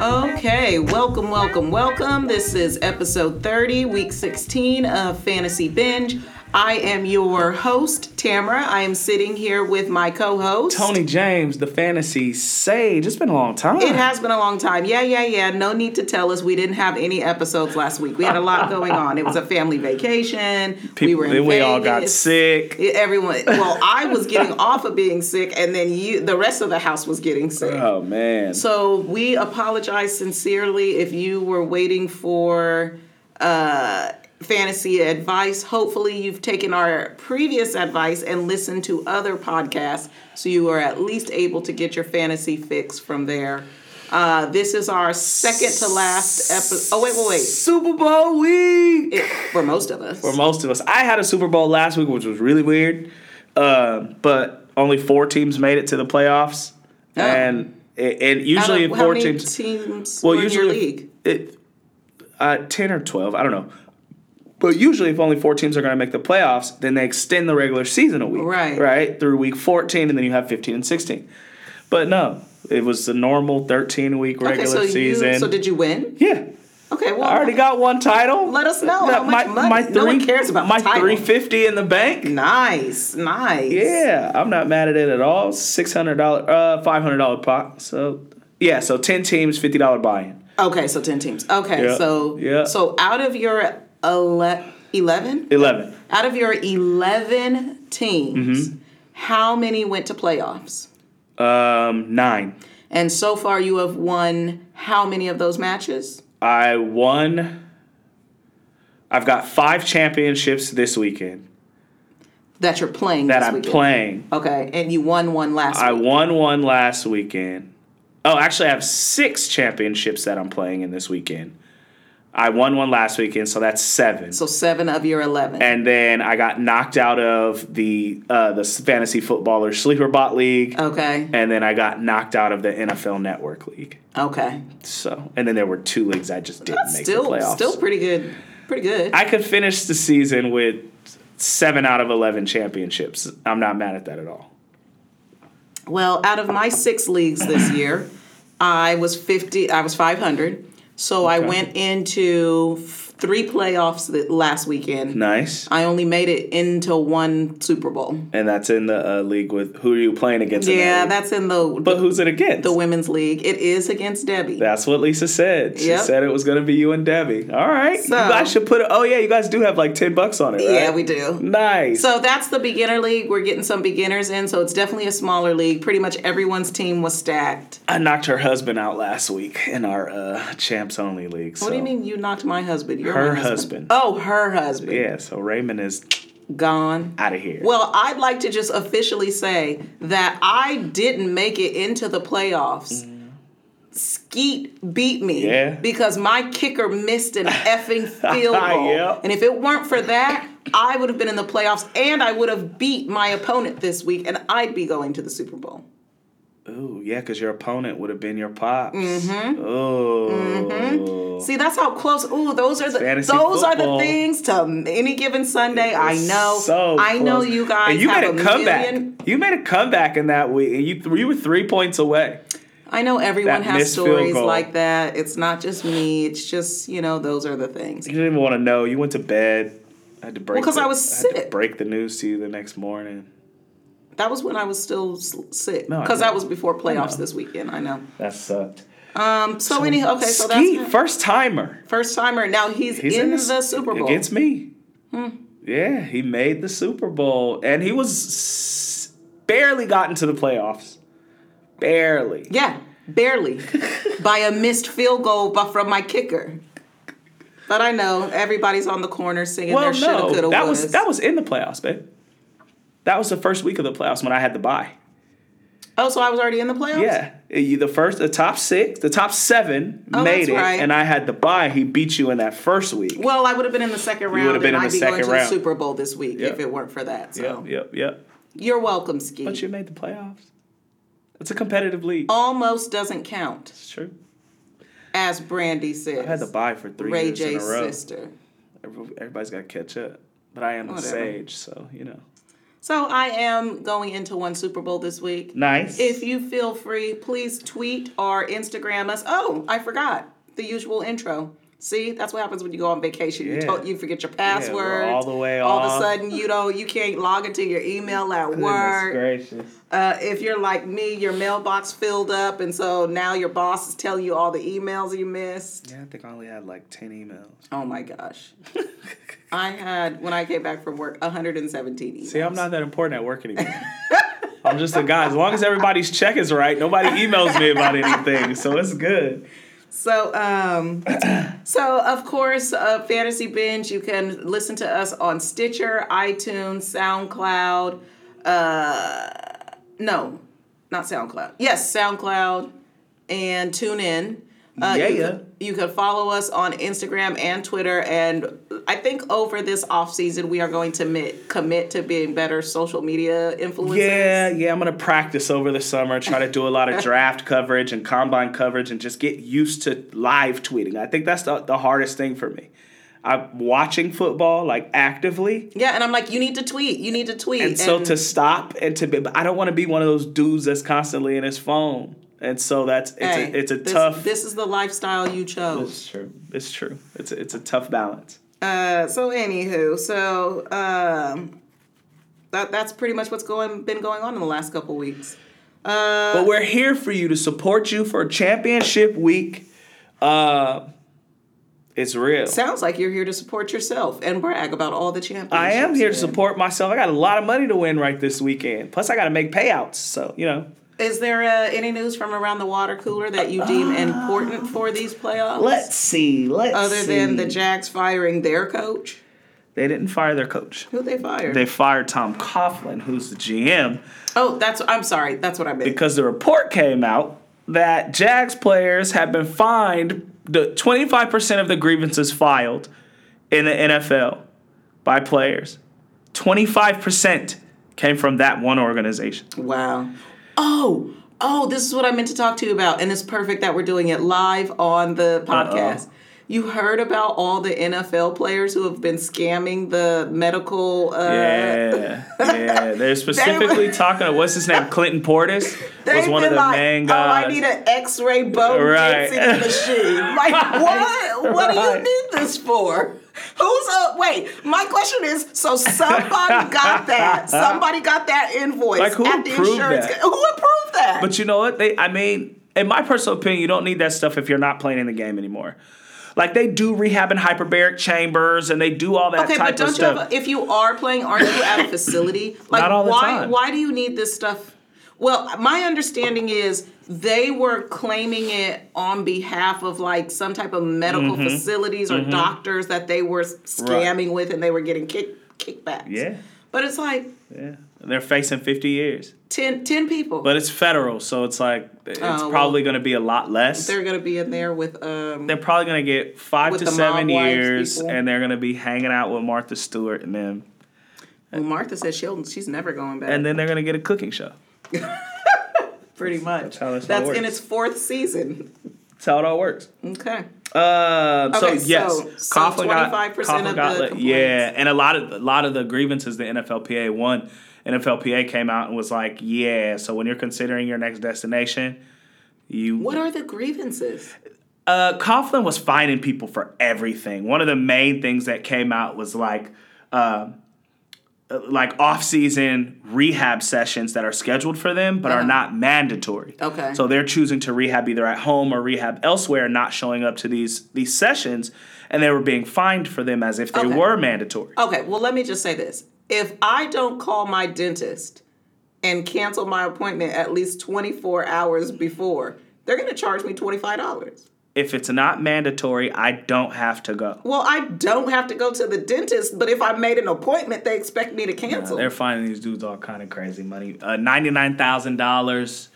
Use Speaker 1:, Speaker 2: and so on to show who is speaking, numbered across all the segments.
Speaker 1: Okay, welcome, welcome, welcome. This is episode 30, week 16 of Fantasy Binge. I am your host, Tamara. I am sitting here with my co host.
Speaker 2: Tony James, the fantasy sage. It's been a long time.
Speaker 1: It has been a long time. Yeah, yeah, yeah. No need to tell us we didn't have any episodes last week. We had a lot going on. It was a family vacation. we
Speaker 2: People,
Speaker 1: were in
Speaker 2: then we all got
Speaker 1: Vegas.
Speaker 2: sick.
Speaker 1: Yeah, Everyone. Well, I was getting off of being sick, and then you, the rest of the house was getting sick.
Speaker 2: Oh man.
Speaker 1: So we apologize sincerely if you were waiting for uh, fantasy advice. Hopefully, you've taken our previous advice and listened to other podcasts, so you are at least able to get your fantasy fix from there. Uh, this is our second to last episode. Oh wait, wait, wait!
Speaker 2: Super Bowl week
Speaker 1: It, for most of us,
Speaker 2: for most of us. I had a Super Bowl last week, which was really weird. Uh, but only four teams made it to the playoffs,
Speaker 1: Oh.
Speaker 2: and and
Speaker 1: Out
Speaker 2: usually
Speaker 1: of
Speaker 2: if
Speaker 1: how
Speaker 2: four
Speaker 1: many
Speaker 2: teams.
Speaker 1: teams
Speaker 2: well,
Speaker 1: were in your
Speaker 2: usually
Speaker 1: league.
Speaker 2: it uh, ten or twelve. I don't know. But usually, if only four teams are going to make the playoffs, then they extend the regular season a week,
Speaker 1: Right.
Speaker 2: Right through week fourteen, and then you have fifteen and sixteen. But no, it was the normal thirteen week regular
Speaker 1: okay, so
Speaker 2: season.
Speaker 1: you so did you win?
Speaker 2: yeah,
Speaker 1: Okay, well,
Speaker 2: I already got one title.
Speaker 1: Let us know how
Speaker 2: That-
Speaker 1: much money- no one cares about the
Speaker 2: my
Speaker 1: title.
Speaker 2: three fifty in the bank.
Speaker 1: nice, nice.
Speaker 2: Yeah, I'm not mad at it at all. Six hundred dollar, uh, five hundred dollar pot. So yeah, so ten teams, fifty dollar buy-in.
Speaker 1: Okay, so ten teams. Okay,
Speaker 2: Yeah,
Speaker 1: so
Speaker 2: yeah.
Speaker 1: so out of your ele- eleven,
Speaker 2: Eleven.
Speaker 1: out of your eleven teams,
Speaker 2: Mm-hmm.
Speaker 1: how many went to playoffs?
Speaker 2: Um, nine.
Speaker 1: And so far, you have won how many of those matches?
Speaker 2: I won. I've got five championships this weekend
Speaker 1: That you're playing
Speaker 2: that
Speaker 1: this
Speaker 2: I'm
Speaker 1: weekend.
Speaker 2: playing.
Speaker 1: Okay, and you won one last
Speaker 2: I
Speaker 1: week.
Speaker 2: won one last weekend. Oh, actually, I have six championships that I'm playing in this weekend. I won one last weekend, so that's seven.
Speaker 1: So seven of your eleven.
Speaker 2: and then I got knocked out of the uh, the fantasy footballer sleeper bot league,
Speaker 1: okay.
Speaker 2: and then I got knocked out of the NFL Network league.
Speaker 1: Okay.
Speaker 2: So, and then there were two leagues I just didn't make the
Speaker 1: Still,
Speaker 2: playoffs.
Speaker 1: still pretty good. Pretty good.
Speaker 2: I could finish the season with seven out of eleven championships. I'm not mad at that at all.
Speaker 1: Well, out of my six leagues this year, I was fifty. I was five hundred. So I
Speaker 2: Okay.
Speaker 1: went into f- three playoffs th- last weekend.
Speaker 2: Nice.
Speaker 1: I only made it into one Super Bowl.
Speaker 2: And that's in the uh, league with who are you playing against? in that
Speaker 1: Yeah,
Speaker 2: league?
Speaker 1: that's in the
Speaker 2: But who's it against?
Speaker 1: the women's league. It is against Debbie.
Speaker 2: that's what Lisa said. She
Speaker 1: Yep.
Speaker 2: said it was going to be you and Debbie. All right.
Speaker 1: So-
Speaker 2: you guys should put it. Oh, yeah, you guys do have like 10 bucks on it, right?
Speaker 1: Yeah, we do.
Speaker 2: Nice.
Speaker 1: So that's the beginner league. We're getting some beginners in, so it's definitely a smaller league. Pretty much everyone's team was stacked.
Speaker 2: I knocked her husband out last week in our uh, champs only league.
Speaker 1: What do you
Speaker 2: so-
Speaker 1: mean you knocked my husband? You're
Speaker 2: Her
Speaker 1: my
Speaker 2: husband.
Speaker 1: Oh, her husband.
Speaker 2: Yeah, so Raymond is
Speaker 1: Gone.
Speaker 2: out of here.
Speaker 1: Well, I'd like to just officially say that I didn't make it into the playoffs. Skeet beat me
Speaker 2: Yeah.
Speaker 1: because my kicker missed an effing field goal.
Speaker 2: Yep.
Speaker 1: And if it weren't for that, I would have been in the playoffs and I would have beat my opponent this week and I'd be going to the Super Bowl.
Speaker 2: Ooh, yeah, because your opponent would have been your pops. Mm-hmm. Oh.
Speaker 1: Mm-hmm. See, that's how close. Ooh, those are the those
Speaker 2: Fantasy
Speaker 1: are the
Speaker 2: football.
Speaker 1: things to any given Sunday. I know.
Speaker 2: So
Speaker 1: I know
Speaker 2: close.
Speaker 1: you guys
Speaker 2: And you
Speaker 1: have
Speaker 2: made
Speaker 1: a
Speaker 2: a comeback.
Speaker 1: million
Speaker 2: You made a comeback in that week. and You th- you were three points away.
Speaker 1: I know everyone
Speaker 2: That
Speaker 1: has
Speaker 2: missed field
Speaker 1: stories
Speaker 2: goal.
Speaker 1: like that. It's not just me. It's just you know those are the things.
Speaker 2: You didn't even want to know. You went to bed. I had to break.
Speaker 1: 'cause
Speaker 2: the-
Speaker 1: I was
Speaker 2: had to
Speaker 1: sick.
Speaker 2: break the news to you the next morning.
Speaker 1: That was when I was still s- sick
Speaker 2: No, I
Speaker 1: because
Speaker 2: know.
Speaker 1: that was before playoffs
Speaker 2: know.
Speaker 1: this weekend. I know.
Speaker 2: That sucked.
Speaker 1: Um. So, any okay. So
Speaker 2: Skeet,
Speaker 1: that's
Speaker 2: first timer.
Speaker 1: first timer. Now he's,
Speaker 2: He's
Speaker 1: in,
Speaker 2: in
Speaker 1: the Super Bowl. Hmm.
Speaker 2: against me. Yeah, he made the Super Bowl, and he was s- barely got into the playoffs. Barely.
Speaker 1: yeah, barely by a missed field goal by, from my kicker. But I know everybody's on the corner singing
Speaker 2: well,
Speaker 1: their shoulda, coulda,
Speaker 2: no, that was
Speaker 1: wouldas.
Speaker 2: that was in the playoffs, babe. That was the first week of the playoffs when I had the bye.
Speaker 1: oh, so I was already in the playoffs.
Speaker 2: Yeah, you, the first, the top six, the top seven
Speaker 1: Oh,
Speaker 2: made
Speaker 1: that's
Speaker 2: it,
Speaker 1: right.
Speaker 2: and I had the bye. He beat you in that first week.
Speaker 1: Well, I would have been in the second round,
Speaker 2: would've been
Speaker 1: and I'd
Speaker 2: in the
Speaker 1: be going
Speaker 2: second
Speaker 1: to the
Speaker 2: round.
Speaker 1: Super Bowl this week
Speaker 2: Yep.
Speaker 1: if it weren't for that. So
Speaker 2: Yep, yep, yep.
Speaker 1: You're welcome, Ski.
Speaker 2: But you made the playoffs. It's a competitive league.
Speaker 1: Almost doesn't count.
Speaker 2: It's true.
Speaker 1: as Brandy says.
Speaker 2: I had to buy for three
Speaker 1: Ray
Speaker 2: years
Speaker 1: J's
Speaker 2: in a row.
Speaker 1: sister.
Speaker 2: Every- Everybody's got to catch up. But I am
Speaker 1: Whatever.
Speaker 2: a sage, so you know.
Speaker 1: So I am going into one Super Bowl this week.
Speaker 2: Nice.
Speaker 1: If you feel free, please tweet or Instagram us. Oh, I forgot the usual intro. See, that's what happens when you go on vacation. You
Speaker 2: Yeah.
Speaker 1: to- you forget your
Speaker 2: Yeah,
Speaker 1: password.
Speaker 2: we're all the way
Speaker 1: all
Speaker 2: off.
Speaker 1: of a sudden, you know you can't log into your email at
Speaker 2: Goodness
Speaker 1: work.
Speaker 2: gracious.
Speaker 1: Uh, if you're like me, your mailbox filled up, and so now your boss is telling you all the emails you missed.
Speaker 2: Yeah, I think I only had like 10 emails.
Speaker 1: Oh my gosh, I had when I came back from work 117 emails.
Speaker 2: See, I'm not that important at work anymore. I'm just a guy. As long as everybody's check is right, nobody emails me about anything, so it's good.
Speaker 1: So, um, so of course, uh, Fantasy Binge, you can listen to us on Stitcher, iTunes, SoundCloud. Uh, no, not SoundCloud. Yes, SoundCloud and TuneIn. Uh,
Speaker 2: Yeah,
Speaker 1: you
Speaker 2: yeah.
Speaker 1: Can, you can follow us on Instagram and Twitter. And I think over this off season, we are going to mit, commit to being better social media influencers.
Speaker 2: Yeah, yeah, I'm gonna practice over the summer, try to do a lot of draft coverage and combine coverage and just get used to live tweeting. I think that's the, the hardest thing for me. I'm watching football like actively.
Speaker 1: Yeah, and I'm like, you need to tweet. You need to tweet.
Speaker 2: And, so
Speaker 1: And-
Speaker 2: to stop and to be, but I don't want to be one of those dudes that's constantly in his phone. And so that's it's
Speaker 1: Hey,
Speaker 2: a, it's a
Speaker 1: this-
Speaker 2: tough.
Speaker 1: This is the lifestyle you chose.
Speaker 2: it's true. It's true. It's a, it's a tough balance.
Speaker 1: Uh, so anywho, so um, that that's pretty much what's going been going on in the last couple weeks. Uh,
Speaker 2: But we're here for you to support you for championship week. Uh, it's real.
Speaker 1: sounds like you're here to support yourself and brag about all the championships.
Speaker 2: I am here to
Speaker 1: you
Speaker 2: support myself. I got a lot of money to win right this weekend. Plus, I got to make payouts. So you know,
Speaker 1: win. Is there uh, any news from around the water cooler that you deem important for these playoffs?
Speaker 2: see. Uh, Let's
Speaker 1: other than the Jags firing their coach,
Speaker 2: they didn't fire their coach.
Speaker 1: who they fired?
Speaker 2: They fired Tom Coughlin, who's the GM,
Speaker 1: oh, that's I'm sorry, that's what I meant.
Speaker 2: because the report came out that Jags players have been fined the 25% of the grievances filed in the NFL by players. 25% came from that one organization.
Speaker 1: Uh, Wow. Oh, oh, this is what I meant to talk to you about, and it's perfect that we're doing it live on the podcast. You heard about all the NFL players who have been scamming the medical. Uh,
Speaker 2: Yeah, yeah. They're specifically talking. What's his name? Clinton Portis was
Speaker 1: they've
Speaker 2: one of
Speaker 1: been
Speaker 2: the
Speaker 1: like,
Speaker 2: main
Speaker 1: Oh, I
Speaker 2: guys.
Speaker 1: need an X-ray bone
Speaker 2: Right.
Speaker 1: density machine. Like what? What do you
Speaker 2: Right.
Speaker 1: need this for? Who's up? Wait, my question is: so somebody got that? Somebody got that invoice
Speaker 2: Like, who
Speaker 1: at the
Speaker 2: approved
Speaker 1: insurance?
Speaker 2: that?
Speaker 1: co- Who approved that?
Speaker 2: but you know what? They, I mean, in my personal opinion, you don't need that stuff if you're not playing in the game anymore. Like they do rehab in hyperbaric chambers, and they do all that
Speaker 1: Okay,
Speaker 2: type
Speaker 1: but don't
Speaker 2: of
Speaker 1: you
Speaker 2: stuff.
Speaker 1: have? A, if you are playing, aren't you at a facility? Like,
Speaker 2: Not all the
Speaker 1: why?
Speaker 2: time.
Speaker 1: Why do you need this stuff? Well, my understanding is they were claiming it on behalf of like some type of medical
Speaker 2: Mm-hmm.
Speaker 1: facilities or doctors that they were scamming with, and they were getting kick kickbacks.
Speaker 2: Yeah.
Speaker 1: but it's like
Speaker 2: yeah, and they're facing 50 years,
Speaker 1: 10, 10 people.
Speaker 2: but it's federal, so it's like it's
Speaker 1: Oh, well,
Speaker 2: probably going to be a lot less.
Speaker 1: they're gonna be in there with um.
Speaker 2: They're probably going to get five
Speaker 1: With
Speaker 2: to
Speaker 1: the mob
Speaker 2: seven
Speaker 1: wives
Speaker 2: years,
Speaker 1: people.
Speaker 2: and they're going to be hanging out with Martha Stewart and them,
Speaker 1: well, Martha says she'll she's never going back.
Speaker 2: and then they're going to get a cooking show.
Speaker 1: pretty much.
Speaker 2: how this all
Speaker 1: That's in
Speaker 2: works.
Speaker 1: its fourth season.
Speaker 2: That's how it all works.
Speaker 1: Okay.
Speaker 2: Uh, so
Speaker 1: Okay, so-
Speaker 2: yes,
Speaker 1: so
Speaker 2: Coughlin got-
Speaker 1: 25%
Speaker 2: Coughlin
Speaker 1: of
Speaker 2: got
Speaker 1: the
Speaker 2: let-
Speaker 1: complaints.
Speaker 2: yeah, and a lot of a lot of the grievances the NFLPA won. NFLPA came out and was like, yeah. So when you're considering your next destination, you
Speaker 1: What are the grievances?
Speaker 2: uh, Coughlin was fining people for everything. One of the main things that came out was like, uh, like off-season rehab sessions that are scheduled for them but are not mandatory.
Speaker 1: Uh-huh. Okay.
Speaker 2: So they're choosing to rehab either at home or rehab elsewhere, not showing up to these these sessions, and they were being fined for them as if they
Speaker 1: Okay.
Speaker 2: were mandatory.
Speaker 1: Okay, well, let me just say this. If I don't call my dentist and cancel my appointment at least 24 hours before, they're going to charge me $25.
Speaker 2: If it's not mandatory, I don't have to go.
Speaker 1: Well, I don't have to go to the dentist, but if I made an appointment, they expect me to cancel.
Speaker 2: They're finding these dudes all kind of crazy money. Uh, Ninety nine thousand dollars.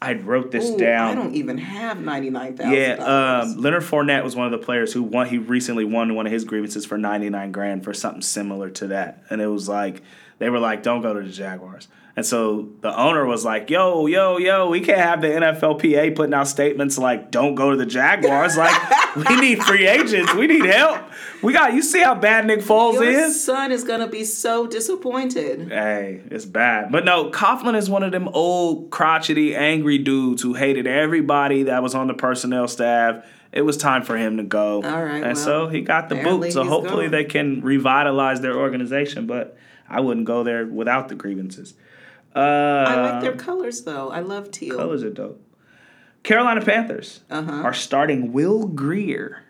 Speaker 2: I wrote this
Speaker 1: Ooh,
Speaker 2: down.
Speaker 1: I don't even have $99,000.
Speaker 2: Yeah, um, Leonard Fournette was one of the players who won. He recently won one of his grievances for ninety nine grand for something similar to that, and it was like They were like, don't go to the Jaguars. And so the owner was like, yo, yo, yo, we can't have the NFLPA putting out statements like, don't go to the Jaguars. Like, we need free agents. We need help. We got, you see how bad Nick Foles
Speaker 1: Your
Speaker 2: is?
Speaker 1: son is gonna be so disappointed.
Speaker 2: Hey, it's bad. But no, Coughlin is one of them old, crotchety, angry dudes who hated everybody that was on the personnel staff. It was time for him to go.
Speaker 1: All right,
Speaker 2: And
Speaker 1: well,
Speaker 2: so he got the
Speaker 1: apparently
Speaker 2: boot. So
Speaker 1: he's
Speaker 2: hopefully
Speaker 1: gone.
Speaker 2: they can revitalize their organization. But I wouldn't go there without the grievances. Uh,
Speaker 1: I like their colors though. I love teal.
Speaker 2: colors are dope. Carolina Panthers
Speaker 1: Uh-huh.
Speaker 2: are starting Will Greer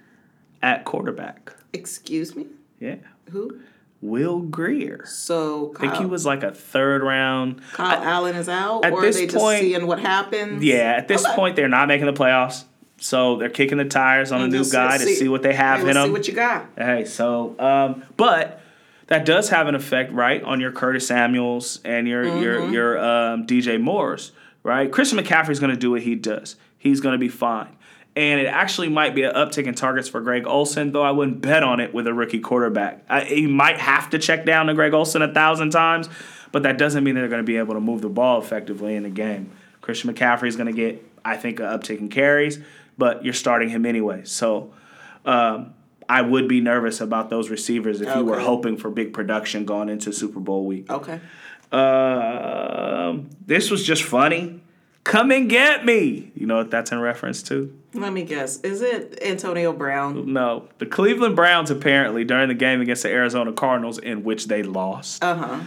Speaker 2: at quarterback.
Speaker 1: Excuse me.
Speaker 2: Yeah.
Speaker 1: Who?
Speaker 2: Will Greer.
Speaker 1: So
Speaker 2: I
Speaker 1: Kyle,
Speaker 2: think he was like a third round.
Speaker 1: Kyle Allen is out,
Speaker 2: at
Speaker 1: or
Speaker 2: this
Speaker 1: are they just
Speaker 2: point-
Speaker 1: seeing what happens?
Speaker 2: Yeah, at this
Speaker 1: Okay.
Speaker 2: point, they're not making the playoffs. So they're kicking the tires on a new
Speaker 1: Just
Speaker 2: guy to
Speaker 1: see-
Speaker 2: see what they have
Speaker 1: Hey,
Speaker 2: in
Speaker 1: let's See
Speaker 2: him.
Speaker 1: what you got.
Speaker 2: Hey, so um, but that does have an effect, right, on your Curtis Samuels and your your your um, DJ Morris, right? Christian McCaffrey's going to do what he does. He's going to be fine, and it actually might be an uptick in targets for Greg Olson, though I wouldn't bet on it with a rookie quarterback. I, he might have to check down to Greg Olson a thousand times, but that doesn't mean they're going to be able to move the ball effectively in the game. Christian McCaffrey's going to get, I think, an uptick in carries, but you're starting him anyway, so um, I would be nervous about those receivers if you were
Speaker 1: Okay.
Speaker 2: hoping for big production going into Super Bowl week.
Speaker 1: Okay.
Speaker 2: Um, this was just funny. Come and get me. You know what that's in reference to?
Speaker 1: Let me guess. Is it Antonio Brown?
Speaker 2: No. The Cleveland Browns apparently during the game against the Arizona Cardinals in which they lost.
Speaker 1: Uh huh.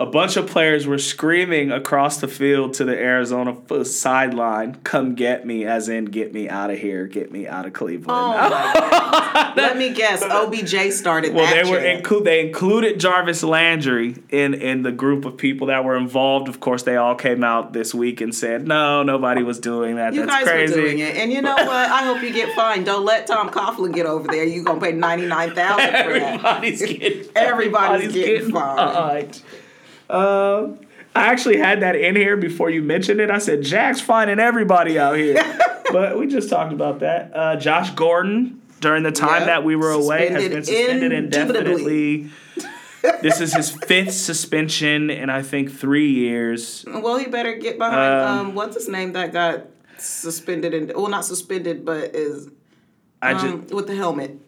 Speaker 2: a bunch of players were screaming across the field to the Arizona f- sideline, "Come get me!" As in, get me out of here, get me out of Cleveland.
Speaker 1: Oh my God. Let me guess. OBJ started
Speaker 2: Well,
Speaker 1: that.
Speaker 2: they were
Speaker 1: trend.
Speaker 2: include they included Jarvis Landry in in the group of people that were involved. Of course, they all came out this week and said, "No, nobody was doing that.
Speaker 1: You
Speaker 2: That's
Speaker 1: guys
Speaker 2: crazy."
Speaker 1: were doing it, and you know what? I hope you get fined. Don't let Tom Coughlin get over there. You gonna pay ninety nine thousand for that.
Speaker 2: Everybody's getting
Speaker 1: Everybody's getting fined.
Speaker 2: fined. Um, I actually had that in here before you mentioned it. I said Jack's finding everybody out here, but we just talked about that. Uh, Josh Gordon during the time
Speaker 1: Yep.
Speaker 2: that we were away has been
Speaker 1: Suspended
Speaker 2: suspended
Speaker 1: indubitably.
Speaker 2: indefinitely. this is his fifth suspension in I think three years.
Speaker 1: Well, he better get behind. Um, what's his name that got suspended and well, not suspended, but is
Speaker 2: I just
Speaker 1: um, with the helmet.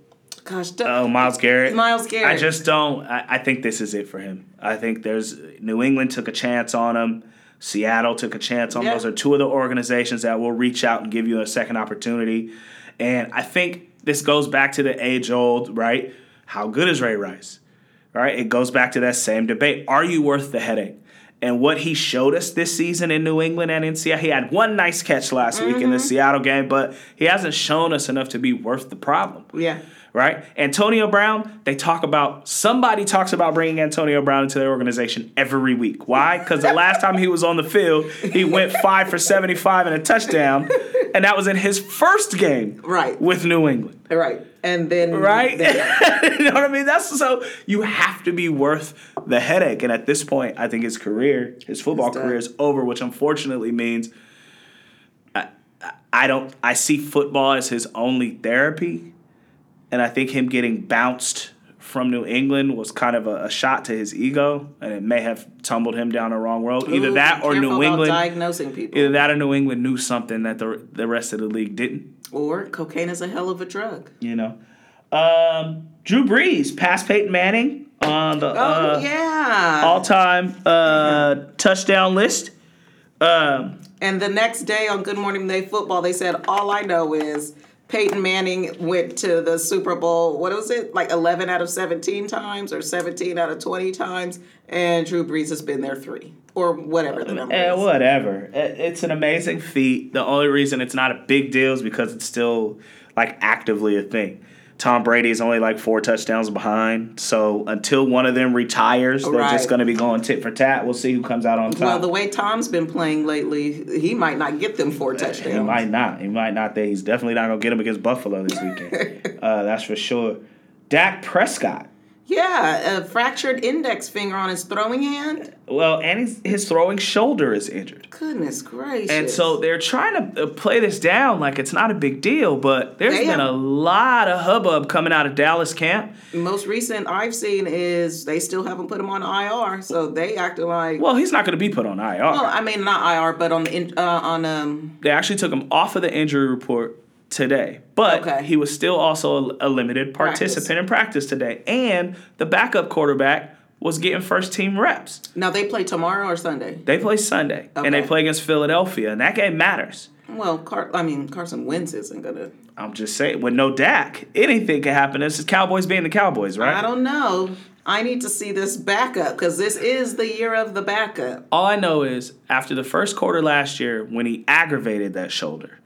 Speaker 1: Gosh, duh.
Speaker 2: Oh, Miles Garrett.
Speaker 1: Myles Garrett.
Speaker 2: I just don't. I, I think this is it for him. I think there's New England took a chance on him. Seattle took a chance on. him.
Speaker 1: Yeah.
Speaker 2: Those are two of the organizations that will reach out and give you a second opportunity. And I think this goes back to the age old right. How good is Ray Rice? Right. It goes back to that same debate. Are you worth the headache? And what he showed us this season in New England and in Seattle, he had one nice catch last week
Speaker 1: Mm-hmm.
Speaker 2: in the Seattle game, but he hasn't shown us enough to be worth the problem
Speaker 1: yeah.
Speaker 2: right? Antonio Brown, they talk about somebody talks about bringing Antonio Brown into their organization every week. Why? Because the last time he was on the field, he went five for 75 and a touchdown, and that was in his first game
Speaker 1: Right.
Speaker 2: with New England.
Speaker 1: Right. And then
Speaker 2: Right?
Speaker 1: then-
Speaker 2: you know what I mean? That's so you have to be worth the headache. And at this point, I think his career, his football
Speaker 1: It's done.
Speaker 2: career is over, which unfortunately means I, I don't I see football as his only therapy. And I think him getting bounced from New England was kind of a, a shot to his ego, and it may have tumbled him down the wrong road. Either
Speaker 1: Ooh,
Speaker 2: that or
Speaker 1: careful
Speaker 2: New
Speaker 1: about
Speaker 2: England,
Speaker 1: diagnosing people.
Speaker 2: either that or New England knew something that the the rest of the league didn't
Speaker 1: Or cocaine is a hell of a drug.
Speaker 2: you know. Um, Drew Brees passed Peyton Manning on the
Speaker 1: Oh
Speaker 2: uh,
Speaker 1: yeah.
Speaker 2: all-time uh, touchdown list. Um,
Speaker 1: and the next day on Good Morning Day Football, they said, "All I know is." Peyton Manning went to the Super Bowl, what was it, like 11 out of 17 times or 17 out of 20 times, and Drew Brees has been there three or whatever the number
Speaker 2: eh,
Speaker 1: is.
Speaker 2: whatever. It- It's an amazing feat. The only reason it's not a big deal is because it's still like actively a thing. Tom Brady is only like four touchdowns behind, so until one of them retires, they're just
Speaker 1: Right.
Speaker 2: going to be going tit for tat. We'll see who comes out on top.
Speaker 1: Well, the way Tom's been playing lately, he might not get them four touchdowns.
Speaker 2: He might not. He might not. That he's definitely not gonna get him against Buffalo this weekend. uh, that's for sure. Dak Prescott
Speaker 1: Yeah, a fractured index finger on his throwing hand.
Speaker 2: Well, and his, his throwing shoulder is injured.
Speaker 1: Goodness gracious.
Speaker 2: And so they're trying to uh, play this down like it's not a big deal, but there's
Speaker 1: Damn.
Speaker 2: been a lot of hubbub coming out of Dallas camp.
Speaker 1: most recent I've seen is they still haven't put him on IR, so they acting like well,
Speaker 2: Well, he's not going to be put on IR.
Speaker 1: I mean not IR, but on the in, uh, on um
Speaker 2: they actually took him off of the injury report today, but
Speaker 1: Okay.
Speaker 2: he was still also a, a limited
Speaker 1: Practice.
Speaker 2: participant in practice today. And the backup quarterback was getting first team reps.
Speaker 1: now they play tomorrow or Sunday.
Speaker 2: They play Sunday, and they
Speaker 1: Okay.
Speaker 2: play against Philadelphia, and that game matters.
Speaker 1: Well, Car- I mean Carson Wentz isn't gonna.
Speaker 2: I'm just saying, with no Dak, anything can happen. This is Cowboys being the Cowboys, right?
Speaker 1: I don't know. I need to see this backup because this is the year of the backup.
Speaker 2: All I know is after the first quarter last year, when he aggravated that shoulder,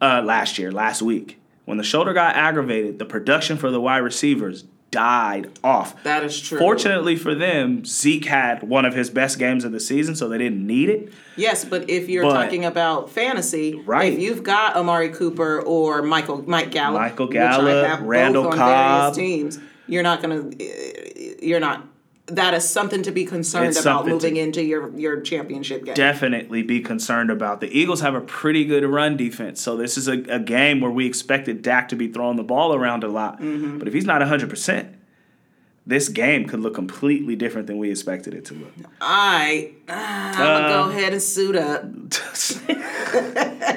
Speaker 2: uh, last year, last week, when the shoulder got aggravated, the production for the wide receivers died off.
Speaker 1: That is true.
Speaker 2: Fortunately for them, Zeke had one of his best games of the season, so they didn't need it.
Speaker 1: Yes, but if you're
Speaker 2: But-
Speaker 1: talking about fantasy,
Speaker 2: Right.
Speaker 1: If you've got Amari Cooper or Michael Mike Gallup,
Speaker 2: Michael
Speaker 1: which I have
Speaker 2: Gallup,
Speaker 1: both
Speaker 2: Randall
Speaker 1: on
Speaker 2: Cobb.
Speaker 1: various teams, you're not gonna, you're not. That is something to be concerned
Speaker 2: It's
Speaker 1: about
Speaker 2: something to-
Speaker 1: moving into your your championship game.
Speaker 2: Definitely be concerned about. The Eagles have a pretty good run defense, so this is a, a game where we expected Dak to be throwing the ball around a lot. But if he's not 100%, this game could look completely different than we expected it to look.
Speaker 1: I, I'm
Speaker 2: Uh,
Speaker 1: gonna go ahead and suit up.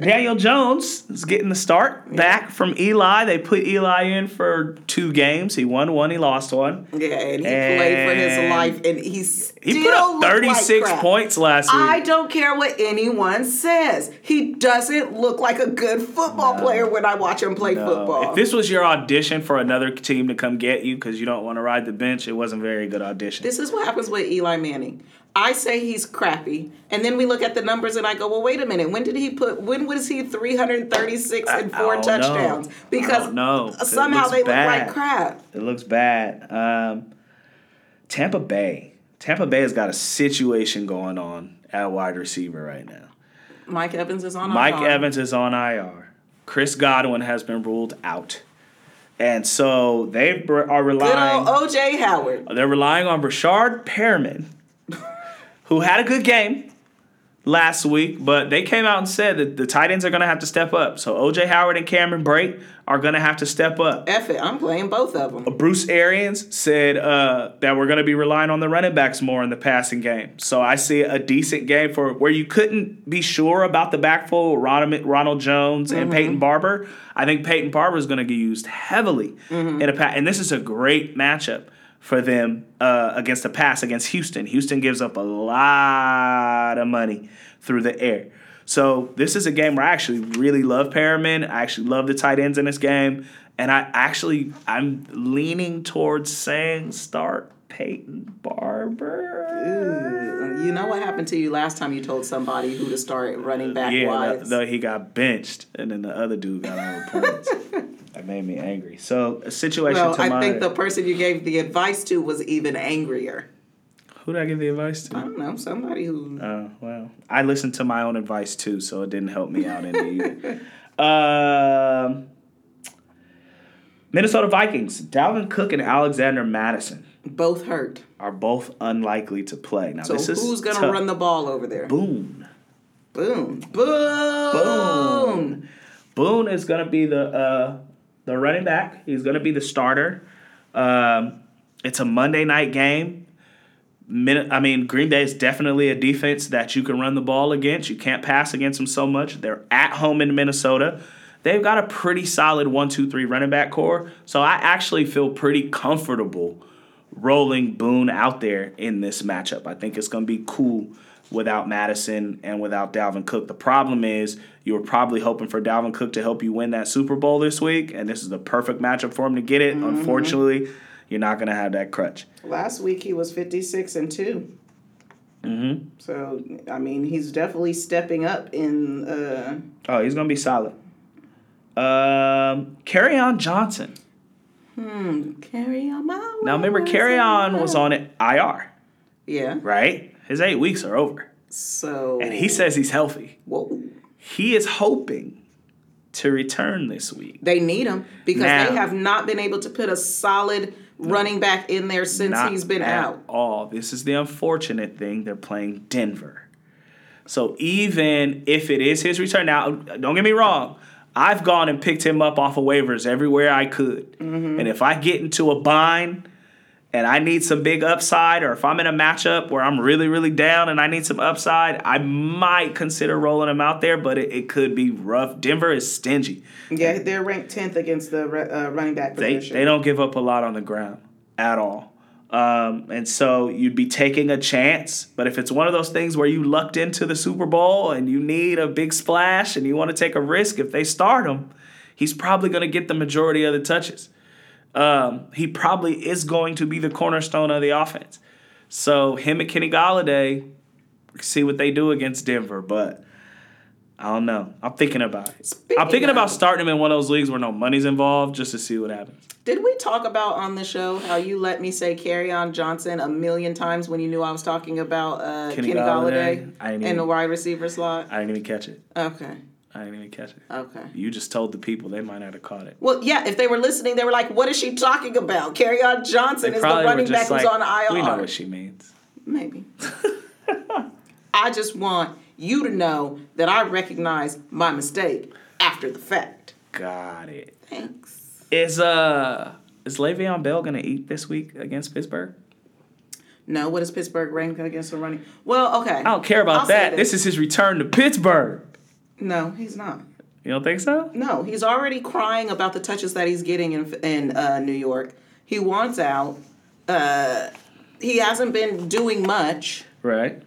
Speaker 2: Daniel Jones is getting the start back from Eli. They put Eli in for two games. He won one, he lost one.
Speaker 1: Yeah, and he played for his
Speaker 2: and
Speaker 1: life, and he's
Speaker 2: He put up 36 points last week.
Speaker 1: I don't care what anyone says. He doesn't look like a good football player when I watch him play
Speaker 2: So,
Speaker 1: football.
Speaker 2: If this was your audition for another team to come get you because you don't want to ride the bench, it wasn't a very good audition.
Speaker 1: This is what happens with Eli Manning. I say he's crappy, and then we look at the numbers and I go, well, wait a minute. When did he put? When was he 336 and
Speaker 2: I- I
Speaker 1: four
Speaker 2: don't know.
Speaker 1: touchdowns?
Speaker 2: I
Speaker 1: Because
Speaker 2: don't know. It
Speaker 1: somehow
Speaker 2: looks
Speaker 1: they look
Speaker 2: bad.
Speaker 1: like crap.
Speaker 2: it looks bad. Um, Tampa Bay. Tampa Bay has got a situation going on at wide receiver right now.
Speaker 1: Mike Evans is on.
Speaker 2: Mike
Speaker 1: IR.
Speaker 2: Evans is on IR. Chris Godwin has been ruled out. And so they br- are
Speaker 1: Good
Speaker 2: relying
Speaker 1: old uh, OJ Howard.
Speaker 2: They're relying on Brashard Perriman, who had a good game last week, but they came out and said that the tight ends are going to have to step up. So OJ Howard and Cameron Brake are going to have to step up.
Speaker 1: F it, I'm playing both of them.
Speaker 2: Bruce Arians said uh, that we're going to be relying on the running backs more in the passing game. So I see a decent game for where you couldn't be sure about the backfield, Ronald, Ronald Jones and Peyton Barber. I think Peyton Barber is going to get used heavily in a pass, and this is a great matchup for them uh, against the pass against Houston. Houston gives up a lot of money through the air. So this is a game where I actually really love Perriman. I actually love the tight ends in this game. And I actually I'm leaning towards saying start Peyton Barber.
Speaker 1: You know what happened to you last time you told somebody who to start running back
Speaker 2: Yeah,
Speaker 1: wise?
Speaker 2: though he got benched, and then the other dude got all the points. that made me angry. So a situation
Speaker 1: well,
Speaker 2: to
Speaker 1: I
Speaker 2: my
Speaker 1: think the person you gave the advice to was even angrier.
Speaker 2: who did I give the advice to?
Speaker 1: I don't know, somebody who.
Speaker 2: Oh well, I listened to my own advice too, so it didn't help me out any either. Um, Minnesota Vikings, Dalvin Cook and Alexander Madison
Speaker 1: Both hurt.
Speaker 2: are both unlikely to play. Now
Speaker 1: So
Speaker 2: this is
Speaker 1: who's going to
Speaker 2: tough.
Speaker 1: run the ball over there?
Speaker 2: Boone?
Speaker 1: Boom. Boom.
Speaker 2: Boone. Boone is gonna be the uh, the running back. He's gonna be the starter. Um, it's a Monday night game. Min- I mean, Green Bay is definitely a defense that you can run the ball against. You can't pass against them so much. They're at home in Minnesota. They've got a pretty solid one, two, three running back core. So I actually feel pretty comfortable rolling Boone out there in this matchup. I think it's going to be cool without Madison and without Dalvin Cook. The problem is you were probably hoping for Dalvin Cook to help you win that Super Bowl this week, and this is the perfect matchup for him to get it. Unfortunately, you're not going to have that crutch.
Speaker 1: Last week he was 56 and 2. Mm-hmm.
Speaker 2: Mm-hmm.
Speaker 1: So, I mean, he's definitely stepping up in. Uh,
Speaker 2: Oh, he's going to be solid. Um, Carry on Johnson.
Speaker 1: carry on my
Speaker 2: Now remember, Carry On was on it IR,
Speaker 1: Yeah.
Speaker 2: right? His eight weeks are over,
Speaker 1: So.
Speaker 2: and he says he's healthy.
Speaker 1: Whoa.
Speaker 2: He is hoping to return this week.
Speaker 1: They need him because
Speaker 2: Now-
Speaker 1: they have not been able to put a solid running back in there since
Speaker 2: Not
Speaker 1: he's been
Speaker 2: at
Speaker 1: out.
Speaker 2: All this is the unfortunate thing. They're playing Denver, so even if it is his return, now don't get me wrong. I've gone and picked him up off of waivers everywhere I could,
Speaker 1: Mm-hmm.
Speaker 2: and if I get into a bind and I need some big upside, or if I'm in a matchup where I'm really really down and I need some upside, I might consider rolling him out there, but it, it could be rough. Denver is stingy.
Speaker 1: Yeah, they're ranked tenth against the re- uh, running back
Speaker 2: they,
Speaker 1: position.
Speaker 2: they don't give up a lot on the ground at all. Um, and so you'd be taking a chance. But if it's one of those things where you lucked into the Super Bowl and you need a big splash and you want to take a risk, if they start him, he's probably going to get the majority of the touches. Um, he probably is going to be the cornerstone of the offense. So him and Kenny Galladay, see what they do against Denver. But I don't know. I'm thinking about it.
Speaker 1: Speaking
Speaker 2: I'm thinking
Speaker 1: of-
Speaker 2: about starting him in one of those leagues where no money's involved just to see what happens.
Speaker 1: Did we talk about on the show how you let me say Carry On Johnson a million times when you knew I was talking about uh,
Speaker 2: Kenny
Speaker 1: Kenny
Speaker 2: Galladay?
Speaker 1: Galladay,
Speaker 2: I
Speaker 1: in
Speaker 2: didn't even-
Speaker 1: the wide receiver slot?
Speaker 2: I didn't even catch it.
Speaker 1: Okay,
Speaker 2: I didn't even catch it.
Speaker 1: okay.
Speaker 2: You just told the people they might not have caught it.
Speaker 1: Well, yeah, if they were listening, they were like, what is she talking about? Carry On Johnson
Speaker 2: They
Speaker 1: is the running back who's on IR.
Speaker 2: we know what she means.
Speaker 1: Maybe. I just want you to know that I recognize my mistake after the fact.
Speaker 2: Got it.
Speaker 1: Thanks.
Speaker 2: Is uh is Le'Veon Bell gonna eat this week against Pittsburgh?
Speaker 1: No, what is Pittsburgh ranked against the running? Well, okay.
Speaker 2: I don't care about
Speaker 1: I'll say
Speaker 2: that. This is his return to Pittsburgh.
Speaker 1: no, he's not.
Speaker 2: You don't think so?
Speaker 1: No, he's already crying about the touches that he's getting in in uh, New York. He wants out. Uh, he hasn't been doing much.
Speaker 2: Right.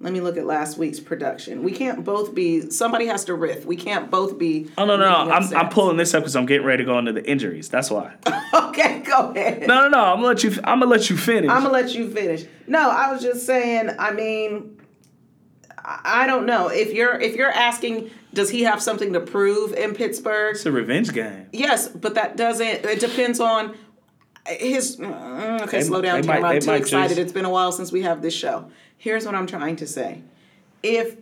Speaker 1: Let me look at last week's production. We can't both be. Somebody has to riff. We can't both be.
Speaker 2: Oh no no,
Speaker 1: making up
Speaker 2: I'm I'm
Speaker 1: sense.
Speaker 2: pulling this up because I'm getting ready to go into the injuries. That's why.
Speaker 1: Okay, go ahead.
Speaker 2: No no no, I'm gonna let you I'm gonna let you finish.
Speaker 1: I'm gonna let you finish. No, I was just saying. I mean, I I don't know if you're if you're asking, does he have something to prove in Pittsburgh?
Speaker 2: it's a revenge game.
Speaker 1: Yes, but that doesn't. It depends on his. mm, Okay,
Speaker 2: They-
Speaker 1: slow down,
Speaker 2: they might-
Speaker 1: Tamara. I'm
Speaker 2: they
Speaker 1: too
Speaker 2: might
Speaker 1: excited.
Speaker 2: just-
Speaker 1: It's been a while since we have this show. Here's what I'm trying to say: if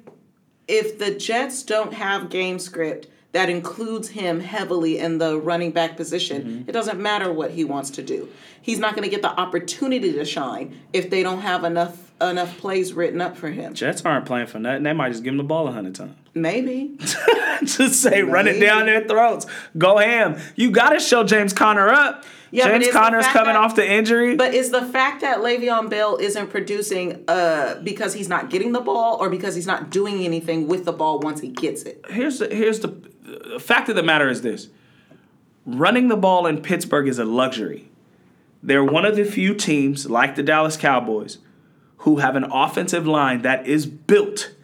Speaker 1: if the Jets don't have game script that includes him heavily in the running back position,
Speaker 2: Mm-hmm.
Speaker 1: it doesn't matter what he wants to do. He's not going to get the opportunity to shine if they don't have enough enough plays written up for him.
Speaker 2: Jets aren't playing for nothing. They might just give him the ball a hundred times.
Speaker 1: Maybe.
Speaker 2: Just say, run it down their throats. Go ham. You got to show James Conner up.
Speaker 1: Yeah, but
Speaker 2: James
Speaker 1: it's the
Speaker 2: Conner's
Speaker 1: fact
Speaker 2: coming
Speaker 1: that-
Speaker 2: off the injury.
Speaker 1: But is the fact that Le'Veon Bell isn't producing uh, because he's not getting the ball or because he's not doing anything with the ball once he gets it?
Speaker 2: here's the, here's the, the fact of the matter is this: running the ball in Pittsburgh is a luxury. They're one of the few teams, like the Dallas Cowboys, who have an offensive line that is built